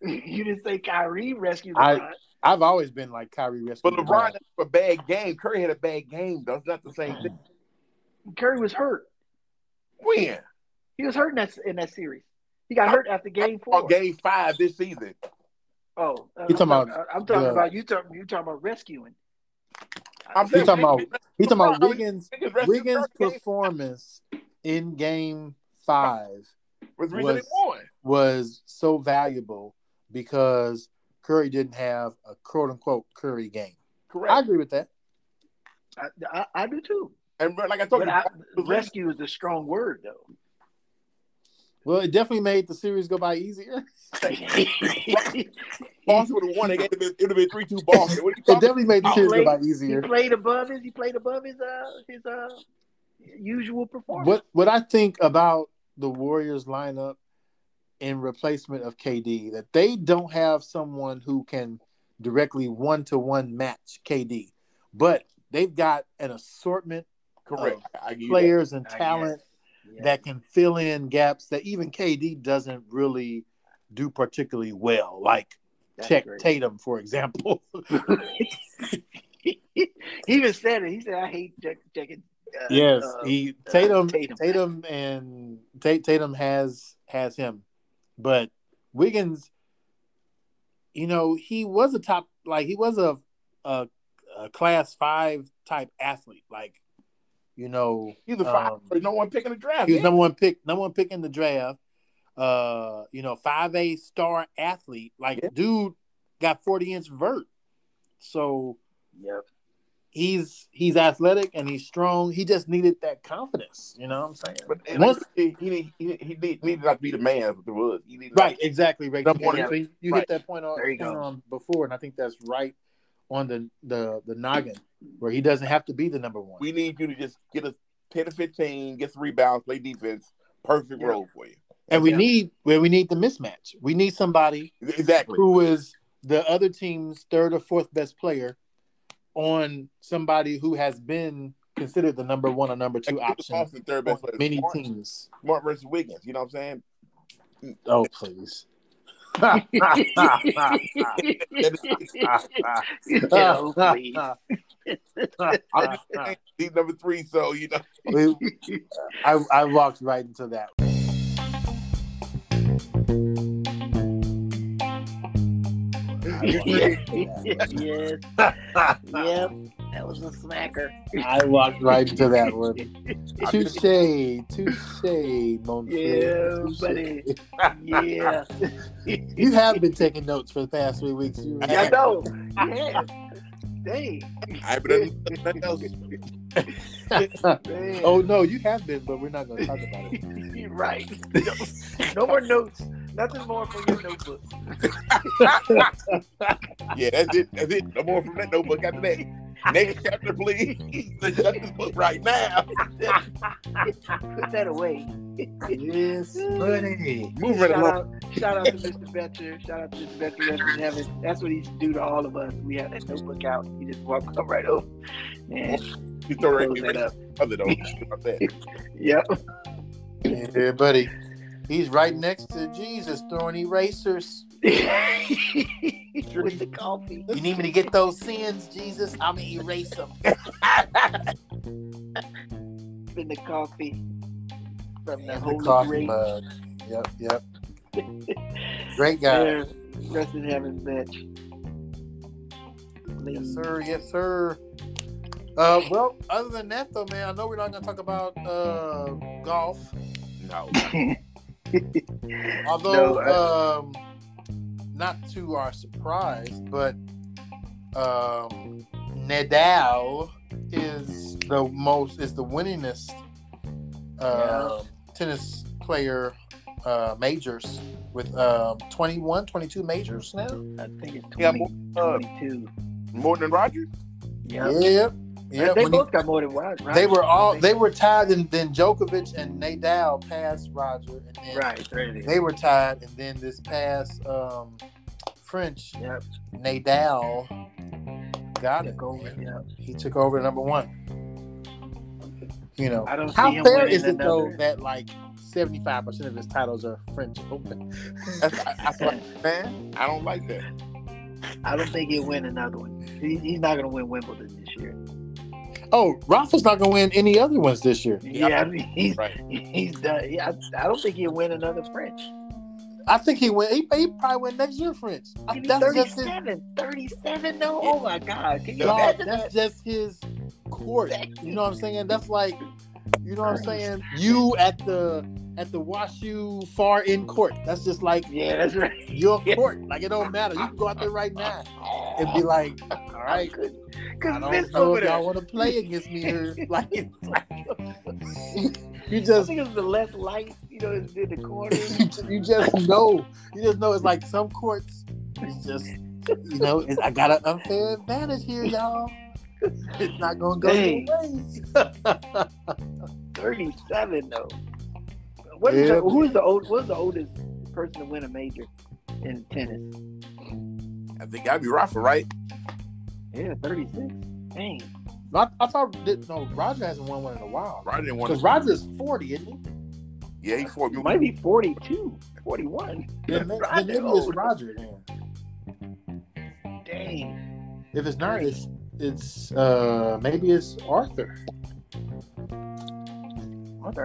[SPEAKER 3] you didn't say Kyrie rescued
[SPEAKER 2] I-
[SPEAKER 3] LeBron.
[SPEAKER 2] I've always been like Kyrie Uh, rescue.
[SPEAKER 1] But LeBron had a bad game. Curry had a bad game, though. It's not the same thing.
[SPEAKER 3] Curry was hurt.
[SPEAKER 1] When?
[SPEAKER 3] He was hurt in that in that series. He got hurt after game
[SPEAKER 1] On
[SPEAKER 3] four.
[SPEAKER 1] game five this season.
[SPEAKER 3] Oh, uh,
[SPEAKER 2] You
[SPEAKER 3] I'm
[SPEAKER 2] talking about
[SPEAKER 3] I'm talking
[SPEAKER 2] the-
[SPEAKER 3] about you talking you talking about rescuing.
[SPEAKER 1] I'm
[SPEAKER 2] You
[SPEAKER 1] saying
[SPEAKER 2] talking about he's talking about
[SPEAKER 1] LeBron-
[SPEAKER 2] Wiggins?
[SPEAKER 1] Wiggins rescued
[SPEAKER 2] Wiggins'
[SPEAKER 1] Curry game
[SPEAKER 2] performance in Game Five
[SPEAKER 1] was the reason they
[SPEAKER 2] was-
[SPEAKER 1] won.
[SPEAKER 2] was so valuable because Curry didn't have a quote unquote Curry game. I
[SPEAKER 1] Correct.
[SPEAKER 2] agree with that.
[SPEAKER 3] I, I, I do too.
[SPEAKER 1] and like I told
[SPEAKER 3] But
[SPEAKER 1] you,
[SPEAKER 3] I, rescue is a strong word though.
[SPEAKER 2] Well, it definitely made the series go by easier.
[SPEAKER 1] Boston would have won. It would have been, it would've been three two Boston. What are you
[SPEAKER 2] It
[SPEAKER 1] talking?
[SPEAKER 2] definitely made the series go by
[SPEAKER 3] he
[SPEAKER 2] easier.
[SPEAKER 3] played above his he played above his uh his uh usual performance.
[SPEAKER 2] What what I think about the Warriors lineup in replacement of KD that they don't have someone who can directly one to one match KD, but they've got an assortment
[SPEAKER 1] Correct. I give you that.
[SPEAKER 2] players and
[SPEAKER 3] I guess.
[SPEAKER 2] talent
[SPEAKER 3] uh, Yeah.
[SPEAKER 2] that can fill in gaps that even KD doesn't really do particularly well, like
[SPEAKER 3] That's
[SPEAKER 2] check
[SPEAKER 3] great.
[SPEAKER 2] Tatum, for example.
[SPEAKER 3] he even said it. He said, "I hate Jack, Jack and, uh,
[SPEAKER 2] yes,
[SPEAKER 3] uh,
[SPEAKER 2] he
[SPEAKER 3] uh,
[SPEAKER 2] Tatum,
[SPEAKER 3] Tatum.
[SPEAKER 2] Tatum, and Ta- Tatum has has him, but Wiggins, you know, he was a top like he was a a, a class five type athlete, like you know,
[SPEAKER 1] He's a five.
[SPEAKER 2] Um,
[SPEAKER 1] there's no one picking the draft.
[SPEAKER 2] He was
[SPEAKER 1] Yeah.
[SPEAKER 2] number one pick, number one pick in the draft. Uh, you know, five A star athlete. Like
[SPEAKER 1] Yeah.
[SPEAKER 2] dude got forty inch vert. So
[SPEAKER 3] Yep.
[SPEAKER 2] he's he's athletic and he's strong. He just needed that confidence. You know what I'm saying?
[SPEAKER 1] But and
[SPEAKER 2] Once-
[SPEAKER 1] like, he, he, he, he need, needed not to be the man of the woods. He needed
[SPEAKER 2] right, exactly. Right.
[SPEAKER 1] Number
[SPEAKER 3] one.
[SPEAKER 2] Yeah, so you you
[SPEAKER 1] Right.
[SPEAKER 2] hit that point on,
[SPEAKER 3] There you go.
[SPEAKER 2] point on before, and I think that's right on the the the noggin where he doesn't have to be the number one.
[SPEAKER 1] we need you to just get us ten to fifteen, get some rebounds, play defense. Perfect
[SPEAKER 3] Yeah.
[SPEAKER 1] role for you.
[SPEAKER 2] and we
[SPEAKER 3] yeah.
[SPEAKER 2] need where we need the mismatch. We need somebody
[SPEAKER 1] Exactly.
[SPEAKER 2] who is the other team's third or fourth best player on somebody who has been considered the number one or number two
[SPEAKER 1] Like, Boston
[SPEAKER 2] option
[SPEAKER 1] third
[SPEAKER 2] on
[SPEAKER 1] best player.
[SPEAKER 2] many
[SPEAKER 1] Smart-
[SPEAKER 2] teams.
[SPEAKER 1] Smart versus Wiggins. You know what I'm saying?
[SPEAKER 2] Oh please.
[SPEAKER 3] You know, oh, please.
[SPEAKER 1] He's number three, so you know.
[SPEAKER 2] We- I, I walked right into that.
[SPEAKER 3] yes. Yep. That was a smacker.
[SPEAKER 2] I walked right into that one. Touche, touche, mon
[SPEAKER 3] Yeah,
[SPEAKER 2] frere,
[SPEAKER 3] buddy.
[SPEAKER 2] touche.
[SPEAKER 3] Yeah.
[SPEAKER 2] You have been taking notes for the past three weeks. You
[SPEAKER 1] I
[SPEAKER 3] I know. Yes. Dang.
[SPEAKER 1] I haven't done nothing else.
[SPEAKER 3] Man.
[SPEAKER 2] Oh no, you have been, but we're not going to talk about it.
[SPEAKER 3] You're right. No more notes. Nothing more from your notebook.
[SPEAKER 1] Yeah, that's it. That's it. No more from that notebook after that. Next chapter, please. Let's shut this book right now.
[SPEAKER 3] Put that away.
[SPEAKER 2] yes, buddy.
[SPEAKER 1] Move right
[SPEAKER 3] Shout
[SPEAKER 1] along.
[SPEAKER 3] out, shout out to Mr. Betcher. Shout out to Mr. Betcher that's in heaven. That's what he used to do to all of us. We had that notebook out. He just walked up right over. And
[SPEAKER 1] You throw
[SPEAKER 3] close that
[SPEAKER 1] it
[SPEAKER 3] up.
[SPEAKER 1] other though. About that.
[SPEAKER 3] Yep.
[SPEAKER 2] Yeah, buddy. He's right next to Jesus throwing erasers.
[SPEAKER 3] With the coffee.
[SPEAKER 2] You need me to get those sins, Jesus? I'm gonna erase them.
[SPEAKER 3] In the coffee. From the
[SPEAKER 2] And
[SPEAKER 3] Holy
[SPEAKER 2] the coffee
[SPEAKER 3] Grail.
[SPEAKER 2] mug. Yep, yep. Great guy.
[SPEAKER 3] There, Rest in heaven, Mm. Betch.
[SPEAKER 2] Yes, sir. Yes, sir. Uh, well, other than that, though, man, I know we're not gonna talk about uh, golf.
[SPEAKER 1] No.
[SPEAKER 2] Although,
[SPEAKER 3] No, I-
[SPEAKER 2] um, not to our surprise, but um, Nadal is the most is the winningest uh, tennis player uh, majors with um, 21, 22 majors now.
[SPEAKER 3] I think it's
[SPEAKER 1] Yeah,
[SPEAKER 3] 20,
[SPEAKER 1] uh,
[SPEAKER 3] 22.
[SPEAKER 1] More than Roger?
[SPEAKER 3] Yep.
[SPEAKER 2] Yep,
[SPEAKER 3] they
[SPEAKER 2] Yeah, when he-
[SPEAKER 3] both got more than one. Right?
[SPEAKER 2] they were all they were tied, and then Djokovic and Nadal passed Roger, and then
[SPEAKER 3] right. There it is.
[SPEAKER 2] they were tied, and then this past um, French
[SPEAKER 3] Yep.
[SPEAKER 2] Nadal got it.
[SPEAKER 3] Took over, yep.
[SPEAKER 2] He took over number one. You know,
[SPEAKER 3] I don't see
[SPEAKER 2] how
[SPEAKER 3] him
[SPEAKER 2] fair
[SPEAKER 3] winning
[SPEAKER 2] is it though
[SPEAKER 3] another-
[SPEAKER 2] that like seventy five percent of his titles are French Open?
[SPEAKER 1] That's, I, I feel like, man, I don't like that.
[SPEAKER 3] I don't think he'll win another one. He, he's not gonna win Wimbledon this year.
[SPEAKER 2] Oh, Rafa's not going to win any other ones this year.
[SPEAKER 3] Yeah, I mean, he's
[SPEAKER 1] Right.
[SPEAKER 3] he's done. Yeah, I, I don't think he'll win another French.
[SPEAKER 2] I think he win. He, he probably win next year, French. I-
[SPEAKER 3] He's
[SPEAKER 2] That's just his.
[SPEAKER 3] 37, 37 though. Oh my God! Can you
[SPEAKER 2] Dog,
[SPEAKER 3] imagine
[SPEAKER 2] that's
[SPEAKER 3] that?
[SPEAKER 2] just his court.
[SPEAKER 3] Exactly.
[SPEAKER 2] You know what I'm saying? That's like, you know what I'm saying? You at the at the WashU far end court. That's just like
[SPEAKER 3] Yeah, that's right.
[SPEAKER 2] your court. Like it don't matter. You can go out there right now and be like, all right,
[SPEAKER 3] Good.
[SPEAKER 2] I
[SPEAKER 3] Good
[SPEAKER 2] don't
[SPEAKER 3] miss
[SPEAKER 2] know
[SPEAKER 3] over
[SPEAKER 2] if
[SPEAKER 3] there.
[SPEAKER 2] y'all want to play against me here. Like, it's like you just
[SPEAKER 3] I think it's the left light, you know, it's in the corner.
[SPEAKER 2] you ju- you just know. You just know it's like some courts. It's just you know it's, I got an unfair advantage here, y'all. It's not gonna go
[SPEAKER 3] Dang.
[SPEAKER 2] your way.
[SPEAKER 3] 37 though. What is
[SPEAKER 2] Yeah.
[SPEAKER 3] the, who is the old what's the oldest person to win a major in tennis?
[SPEAKER 1] I think I'd be Rafa, right?
[SPEAKER 3] Yeah, 36. Dang.
[SPEAKER 2] I, I thought that, no Roger hasn't won one in a while
[SPEAKER 1] Roger didn't want
[SPEAKER 2] because
[SPEAKER 1] to.
[SPEAKER 2] Roger's forty, isn't he?
[SPEAKER 1] Yeah, he's four.
[SPEAKER 3] You might be 42, 41.
[SPEAKER 2] Then may-
[SPEAKER 3] Roger's
[SPEAKER 2] then maybe
[SPEAKER 3] old.
[SPEAKER 2] it's Roger. then.
[SPEAKER 3] Dang.
[SPEAKER 2] If it's not, it's it's uh maybe it's Arthur.
[SPEAKER 3] Arthur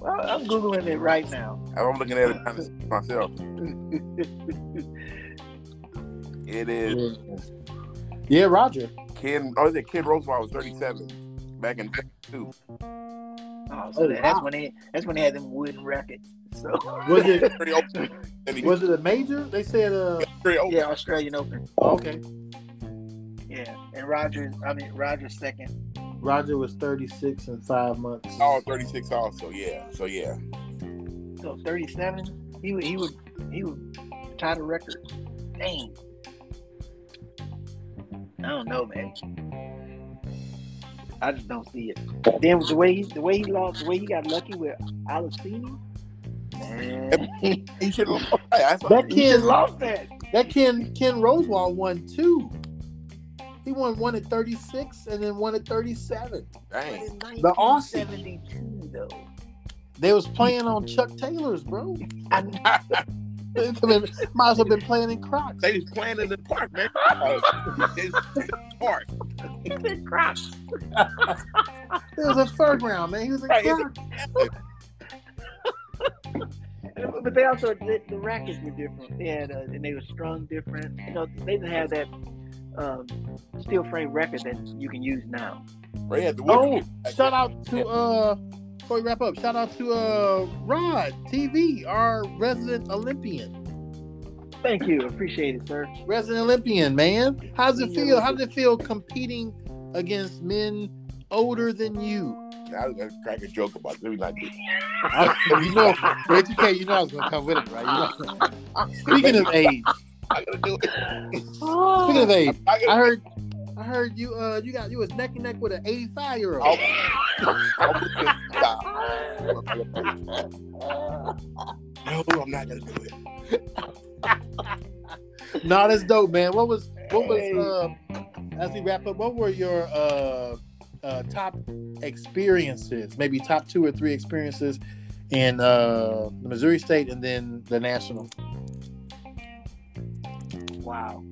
[SPEAKER 3] well, I'm Googling it right now.
[SPEAKER 1] I'm looking at it kind of myself. It is
[SPEAKER 2] yeah. yeah, Roger.
[SPEAKER 1] Ken. Oh, is it Ken Roosevelt was 37 back in
[SPEAKER 3] Oh, so
[SPEAKER 2] Oh,
[SPEAKER 3] that- that's
[SPEAKER 2] wow.
[SPEAKER 3] when they that's when they had them wooden rackets. So
[SPEAKER 2] Was it
[SPEAKER 1] 30 open. And he was
[SPEAKER 2] was it a major? They said uh
[SPEAKER 1] very open.
[SPEAKER 3] yeah, Australian Open.
[SPEAKER 2] okay.
[SPEAKER 3] Yeah. And Rogers, I mean Rogers second.
[SPEAKER 2] Roger was thirty six in five months.
[SPEAKER 1] Oh, 36 also. Yeah. So yeah.
[SPEAKER 3] So 37. He would he would he would tie the record. Dang. I don't know, man. I just don't see it. Then the way he, the way he lost, the way he got lucky with Alessini, man,
[SPEAKER 1] He should have. That's what
[SPEAKER 2] That
[SPEAKER 3] he just
[SPEAKER 2] kid
[SPEAKER 3] lost that.
[SPEAKER 2] That Ken Ken Rosewall won two. He won one at 36 and then one at 37.
[SPEAKER 1] dang.
[SPEAKER 2] The Aussie.
[SPEAKER 3] 1972 though.
[SPEAKER 2] They was playing on Chuck Taylor's, bro.
[SPEAKER 3] I,
[SPEAKER 2] They could've been- Might as well been playing in Crocs.
[SPEAKER 1] They was playing in the park, man. It's park.
[SPEAKER 3] he said crap.
[SPEAKER 2] It was a third round, man. He was in
[SPEAKER 1] Right, it's-
[SPEAKER 2] Crocs.
[SPEAKER 3] But they also the, the rackets were different. They had uh, and they were strung different. You know, they didn't have that um, steel frame record that you can use now.
[SPEAKER 1] Ray had the
[SPEAKER 2] Oh,
[SPEAKER 1] wood.
[SPEAKER 2] shout out to uh before we wrap up, shout out to uh Rod TV, our resident Olympian.
[SPEAKER 3] Thank you, appreciate it, sir.
[SPEAKER 2] Resident Olympian, man. How's it feel? How does it feel competing against men older than you?
[SPEAKER 1] I was gonna crack a joke about it. Let me not do it.
[SPEAKER 2] I, you know, but you can't. You know, I was gonna come with it, right? You know? Speaking of age,
[SPEAKER 1] I'm gonna do it.
[SPEAKER 2] speaking of age,
[SPEAKER 1] I
[SPEAKER 2] I
[SPEAKER 1] gotta,
[SPEAKER 2] heard, I heard you, uh, you got you was neck and neck with an eighty-five year old.
[SPEAKER 1] i no, I'm not gonna do it.
[SPEAKER 2] No, that's dope, man. What was what was uh, as we wrap up? What were your uh, uh, top experiences? Maybe top two or three experiences in uh, the Missouri State and then the national.
[SPEAKER 3] Wow,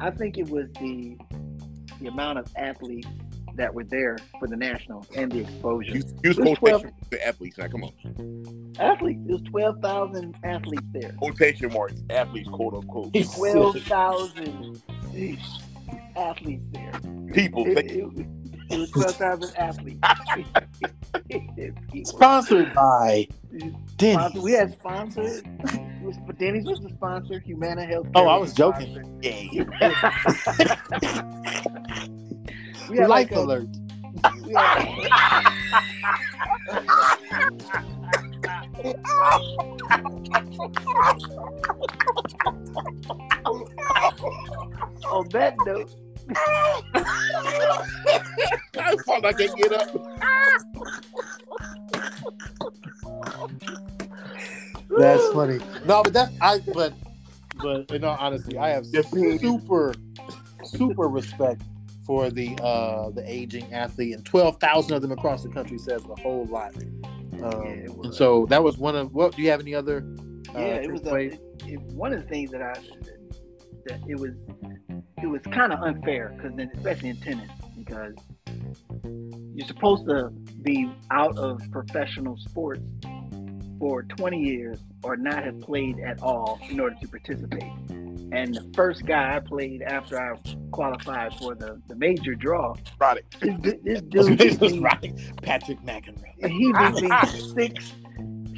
[SPEAKER 3] I think it was the the amount of athletes that were there for the nationals and the exposure.
[SPEAKER 1] You, you
[SPEAKER 3] It's
[SPEAKER 1] supposed
[SPEAKER 3] twelve-
[SPEAKER 1] to the athletes now. Come on,
[SPEAKER 3] athletes, there's twelve thousand athletes there.
[SPEAKER 1] quotation marks, athletes, quote unquote,
[SPEAKER 3] Twelve thousand athletes there.
[SPEAKER 1] people.
[SPEAKER 3] It,
[SPEAKER 1] They,
[SPEAKER 3] it, it was 12,000 athletes. People.
[SPEAKER 2] Sponsored by
[SPEAKER 3] Sponsor- We
[SPEAKER 2] Denny.
[SPEAKER 3] had sponsors. Was- But Denny's was the sponsor. Humana Health.
[SPEAKER 2] Oh,
[SPEAKER 3] Care
[SPEAKER 2] I
[SPEAKER 3] was
[SPEAKER 2] was
[SPEAKER 3] the
[SPEAKER 2] joking.
[SPEAKER 3] sponsor.
[SPEAKER 1] yeah,
[SPEAKER 3] We had
[SPEAKER 2] Life
[SPEAKER 3] like a,
[SPEAKER 2] alert.
[SPEAKER 3] we had- on that note,
[SPEAKER 1] I thought I could get up.
[SPEAKER 2] That's funny. No, but that's I. But but you know, honestly, I have
[SPEAKER 1] Defeated.
[SPEAKER 2] super super respect for the uh the aging athlete, and twelve thousand of them across the country says a whole lot. Um,
[SPEAKER 3] Yeah, it was.
[SPEAKER 2] and so that was one of. Well, do you have any other? uh,
[SPEAKER 3] yeah, it was a,
[SPEAKER 2] takeaways?
[SPEAKER 3] it, it- one of the things that I that it was it was kind of unfair because then especially in tennis because you're supposed to be out of professional sports for 20 years or not have played at all in order to participate. And the first guy I played after I qualified for the, the major draw,
[SPEAKER 1] Roddick.
[SPEAKER 3] this, du- this dude beat me-
[SPEAKER 2] Patrick McEnroe.
[SPEAKER 3] he beat me six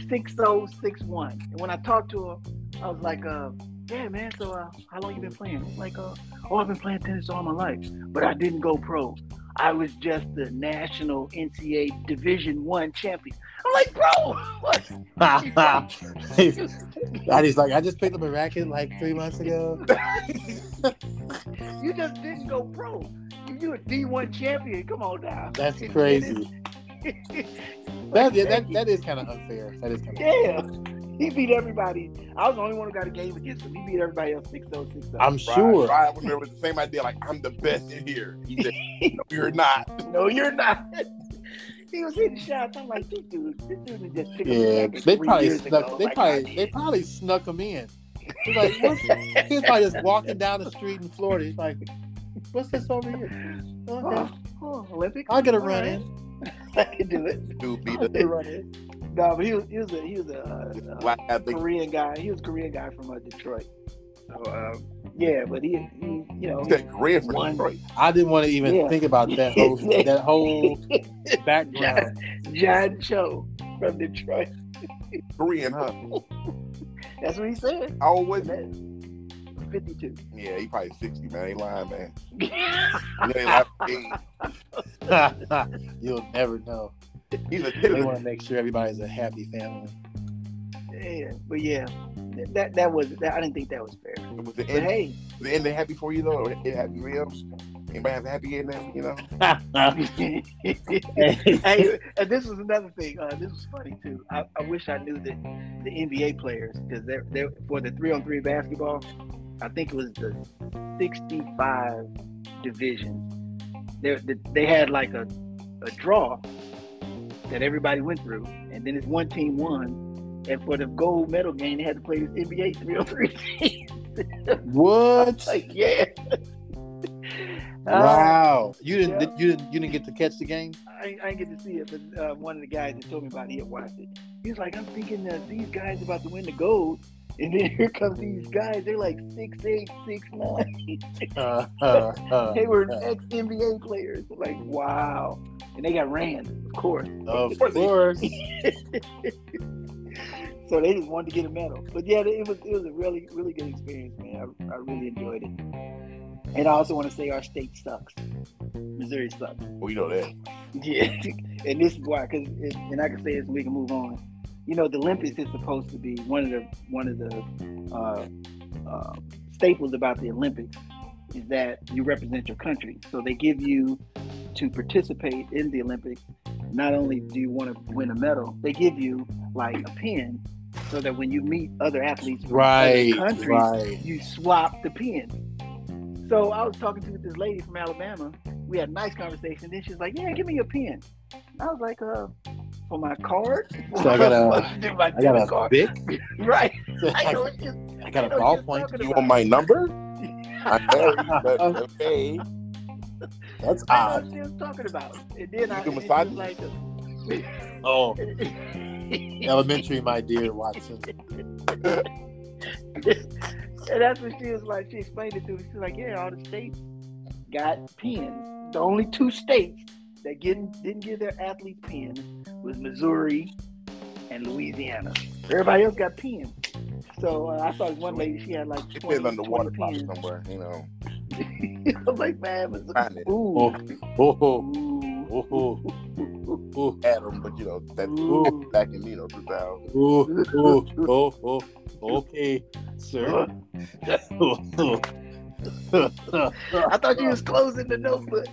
[SPEAKER 3] six oh six one. And when I talked to him, I was like, uh, yeah man, so uh, how long you been playing? He's like, uh, oh I've been playing tennis all my life, but I didn't go pro. I was just the national NCAA Division One champion. I'm like, bro, what?
[SPEAKER 2] I just like I just picked up a racket like three months ago.
[SPEAKER 3] you just didn't go pro. You- You a D1 champion. Come on now.
[SPEAKER 2] That's crazy. That, yeah, that that is kind of unfair. That is kind of.
[SPEAKER 3] yeah. He beat everybody. I was the only one who got a game against him. He beat everybody oh, else 6 0, 6
[SPEAKER 2] I'm sure.
[SPEAKER 1] Ryan was there with the same idea, like, I'm the best in here. He said, No, you're not.
[SPEAKER 3] No, you're not. he was hitting shots. I'm like, this dude, this dude is just picking
[SPEAKER 2] Yeah,
[SPEAKER 3] up the racket
[SPEAKER 2] they
[SPEAKER 3] three
[SPEAKER 2] probably
[SPEAKER 3] years
[SPEAKER 2] snuck.
[SPEAKER 3] ago,
[SPEAKER 2] They
[SPEAKER 3] like I
[SPEAKER 2] probably
[SPEAKER 3] did.
[SPEAKER 2] they probably snuck him in. He's like, what's, he's probably just walking down the street in Florida. He's like, what's this over here? Okay,
[SPEAKER 3] Oh, oh, Olympics.
[SPEAKER 2] I'll get a
[SPEAKER 3] All
[SPEAKER 2] run
[SPEAKER 3] right.
[SPEAKER 2] in.
[SPEAKER 3] I can do it.
[SPEAKER 1] Dude, be
[SPEAKER 2] I'll
[SPEAKER 1] the
[SPEAKER 2] get a run in.
[SPEAKER 3] No, but he was he was a he was a, uh, uh,
[SPEAKER 1] black athlete.
[SPEAKER 3] Korean guy. He was a Korean guy from uh, Detroit. So um, yeah, but he, he you know
[SPEAKER 1] He said, Korean for
[SPEAKER 3] One.
[SPEAKER 1] Detroit.
[SPEAKER 2] I didn't want to even
[SPEAKER 3] Yeah.
[SPEAKER 2] think about that whole that whole background.
[SPEAKER 3] John Cho from Detroit.
[SPEAKER 1] Korean, huh?
[SPEAKER 3] That's what he said.
[SPEAKER 1] How old was he?
[SPEAKER 3] That's Fifty two.
[SPEAKER 1] Yeah, he probably 60, man. He lying, man. He ain't lying. He-
[SPEAKER 2] You'll never know.
[SPEAKER 1] He's a
[SPEAKER 2] They
[SPEAKER 1] citizen.
[SPEAKER 2] want to make sure everybody's a happy family.
[SPEAKER 3] yeah, but yeah, that that was that, I didn't think that was fair.
[SPEAKER 1] Was the
[SPEAKER 3] But
[SPEAKER 1] end,
[SPEAKER 3] hey,
[SPEAKER 1] was the ending happy for you, though? Or it happy for you? Anybody have a happy ending, you know?
[SPEAKER 3] hey,
[SPEAKER 2] Hey,
[SPEAKER 3] and this was another thing. Uh, this was funny too. I, I wish I knew that the NBA players because they're, they're for the three on three basketball. I think it was the sixty five division. They they had like a a draw that everybody went through, and then this one team won. And for the gold medal game, they had to play this NBA three on three.
[SPEAKER 2] what?
[SPEAKER 3] Like, yeah. Uh,
[SPEAKER 2] Wow, you
[SPEAKER 3] yeah.
[SPEAKER 2] didn't you didn't you didn't get to catch the game?
[SPEAKER 3] I, I didn't get to see it, but uh, one of the guys that told me about it, he had watched it. He's like, I'm thinking that these guys about to win the gold, and then here comes these guys. They're like six eight, six nine.
[SPEAKER 2] Uh, uh, uh,
[SPEAKER 3] they were
[SPEAKER 2] uh,
[SPEAKER 3] ex NBA players. Like, wow. And they got ran, of course.
[SPEAKER 2] of course.
[SPEAKER 3] So they just wanted to get a medal. But yeah, it was it was a really really good experience, man. I, I really enjoyed it. And I also want to say our state sucks. Missouri sucks.
[SPEAKER 1] We know that.
[SPEAKER 3] Yeah, and this is why, because and I can say this, and we can move on. You know, the Olympics is supposed to be one of the one of the uh, uh, staples about the Olympics is that you represent your country. So they give you to participate in the Olympics. Not only do you want to win a medal, they give you like a pin, so that when you meet other athletes from
[SPEAKER 2] Right,
[SPEAKER 3] other countries,
[SPEAKER 2] right.
[SPEAKER 3] you swap the pin. So I was talking to this lady from Alabama. We had a nice conversation. Then she's like, "Yeah, give me your pin." And I was like, "Uh, for my card."
[SPEAKER 2] So I got a-
[SPEAKER 3] Do my
[SPEAKER 2] I got a
[SPEAKER 3] card.
[SPEAKER 2] big.
[SPEAKER 3] right. I,
[SPEAKER 2] I
[SPEAKER 3] know what you-
[SPEAKER 2] I got a
[SPEAKER 3] I know what you're
[SPEAKER 2] ballpoint.
[SPEAKER 3] talking
[SPEAKER 1] You
[SPEAKER 3] about.
[SPEAKER 1] want my number? I know you, but okay.
[SPEAKER 2] That's
[SPEAKER 3] I
[SPEAKER 2] odd.
[SPEAKER 3] know what she was talking about. And then I
[SPEAKER 1] can
[SPEAKER 3] and she
[SPEAKER 1] massage
[SPEAKER 3] was like,
[SPEAKER 2] Oh,
[SPEAKER 3] and
[SPEAKER 2] elementary, my dear Watson.
[SPEAKER 3] that's what she was like. She explained it to me. She's like, "Yeah, all the states got pins. The only two states that didn't didn't give their athletes pins was Missouri and Louisiana. Everybody else got pins. So uh, I saw one lady. She had like
[SPEAKER 1] It
[SPEAKER 3] 20,
[SPEAKER 1] is underwater
[SPEAKER 3] 20
[SPEAKER 1] probably
[SPEAKER 3] pins.
[SPEAKER 1] somewhere, you know.
[SPEAKER 3] I was like, man, Missouri.
[SPEAKER 1] Find it.
[SPEAKER 3] Ooh.
[SPEAKER 2] Oh, oh,
[SPEAKER 3] Ooh.
[SPEAKER 2] oh,
[SPEAKER 3] Ooh.
[SPEAKER 2] oh,
[SPEAKER 1] Adam, but you know, that
[SPEAKER 3] Ooh.
[SPEAKER 1] back in, you know, 2000.
[SPEAKER 2] oh, oh, oh, oh, okay, sir.
[SPEAKER 3] I thought you was closing the notebook.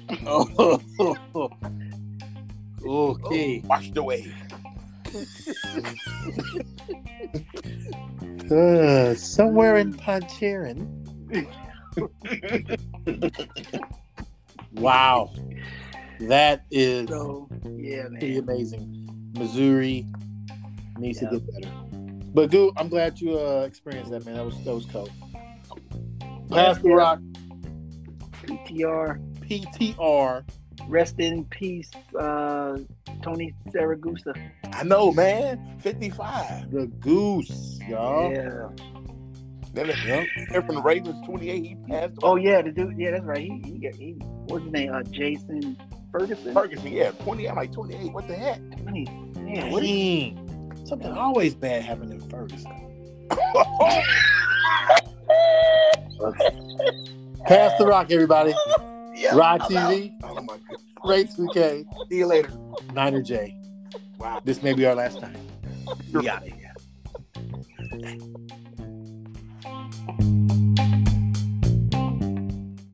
[SPEAKER 2] okay.
[SPEAKER 1] Washed away.
[SPEAKER 2] Uh, somewhere in Poncherin. wow. That is
[SPEAKER 3] So yeah,
[SPEAKER 2] pretty
[SPEAKER 3] man.
[SPEAKER 2] amazing. Missouri needs
[SPEAKER 3] Yeah.
[SPEAKER 2] to get better. But dude, I'm glad you uh, experienced that, man. That was that was cool. Pass the
[SPEAKER 3] Yeah.
[SPEAKER 2] rock
[SPEAKER 3] PTR.
[SPEAKER 2] PTR.
[SPEAKER 3] Rest in peace, uh, Tony Saragusa.
[SPEAKER 1] I know, man. 55.
[SPEAKER 2] The goose, y'all.
[SPEAKER 3] Yeah.
[SPEAKER 1] Then the
[SPEAKER 2] Yep.
[SPEAKER 1] kid from the Ravens, 28. He passed away.
[SPEAKER 3] Oh yeah, the dude. Yeah, that's right. He he got he. What's his name? Uh, Jason Ferguson.
[SPEAKER 1] Ferguson, yeah. 20. I'm like, 28. What the heck?
[SPEAKER 3] Tony. Yeah,
[SPEAKER 2] What do
[SPEAKER 3] he-
[SPEAKER 2] you- Something always bad happened in Ferguson.
[SPEAKER 1] Oh,
[SPEAKER 2] Pass the rock, everybody.
[SPEAKER 1] yeah.
[SPEAKER 2] Rod
[SPEAKER 1] I'm
[SPEAKER 2] TV,
[SPEAKER 1] out. Oh, my God.
[SPEAKER 2] Ray 2K,
[SPEAKER 1] See you later.
[SPEAKER 2] Niner J.
[SPEAKER 1] Wow.
[SPEAKER 2] This may be our last time. We out of here.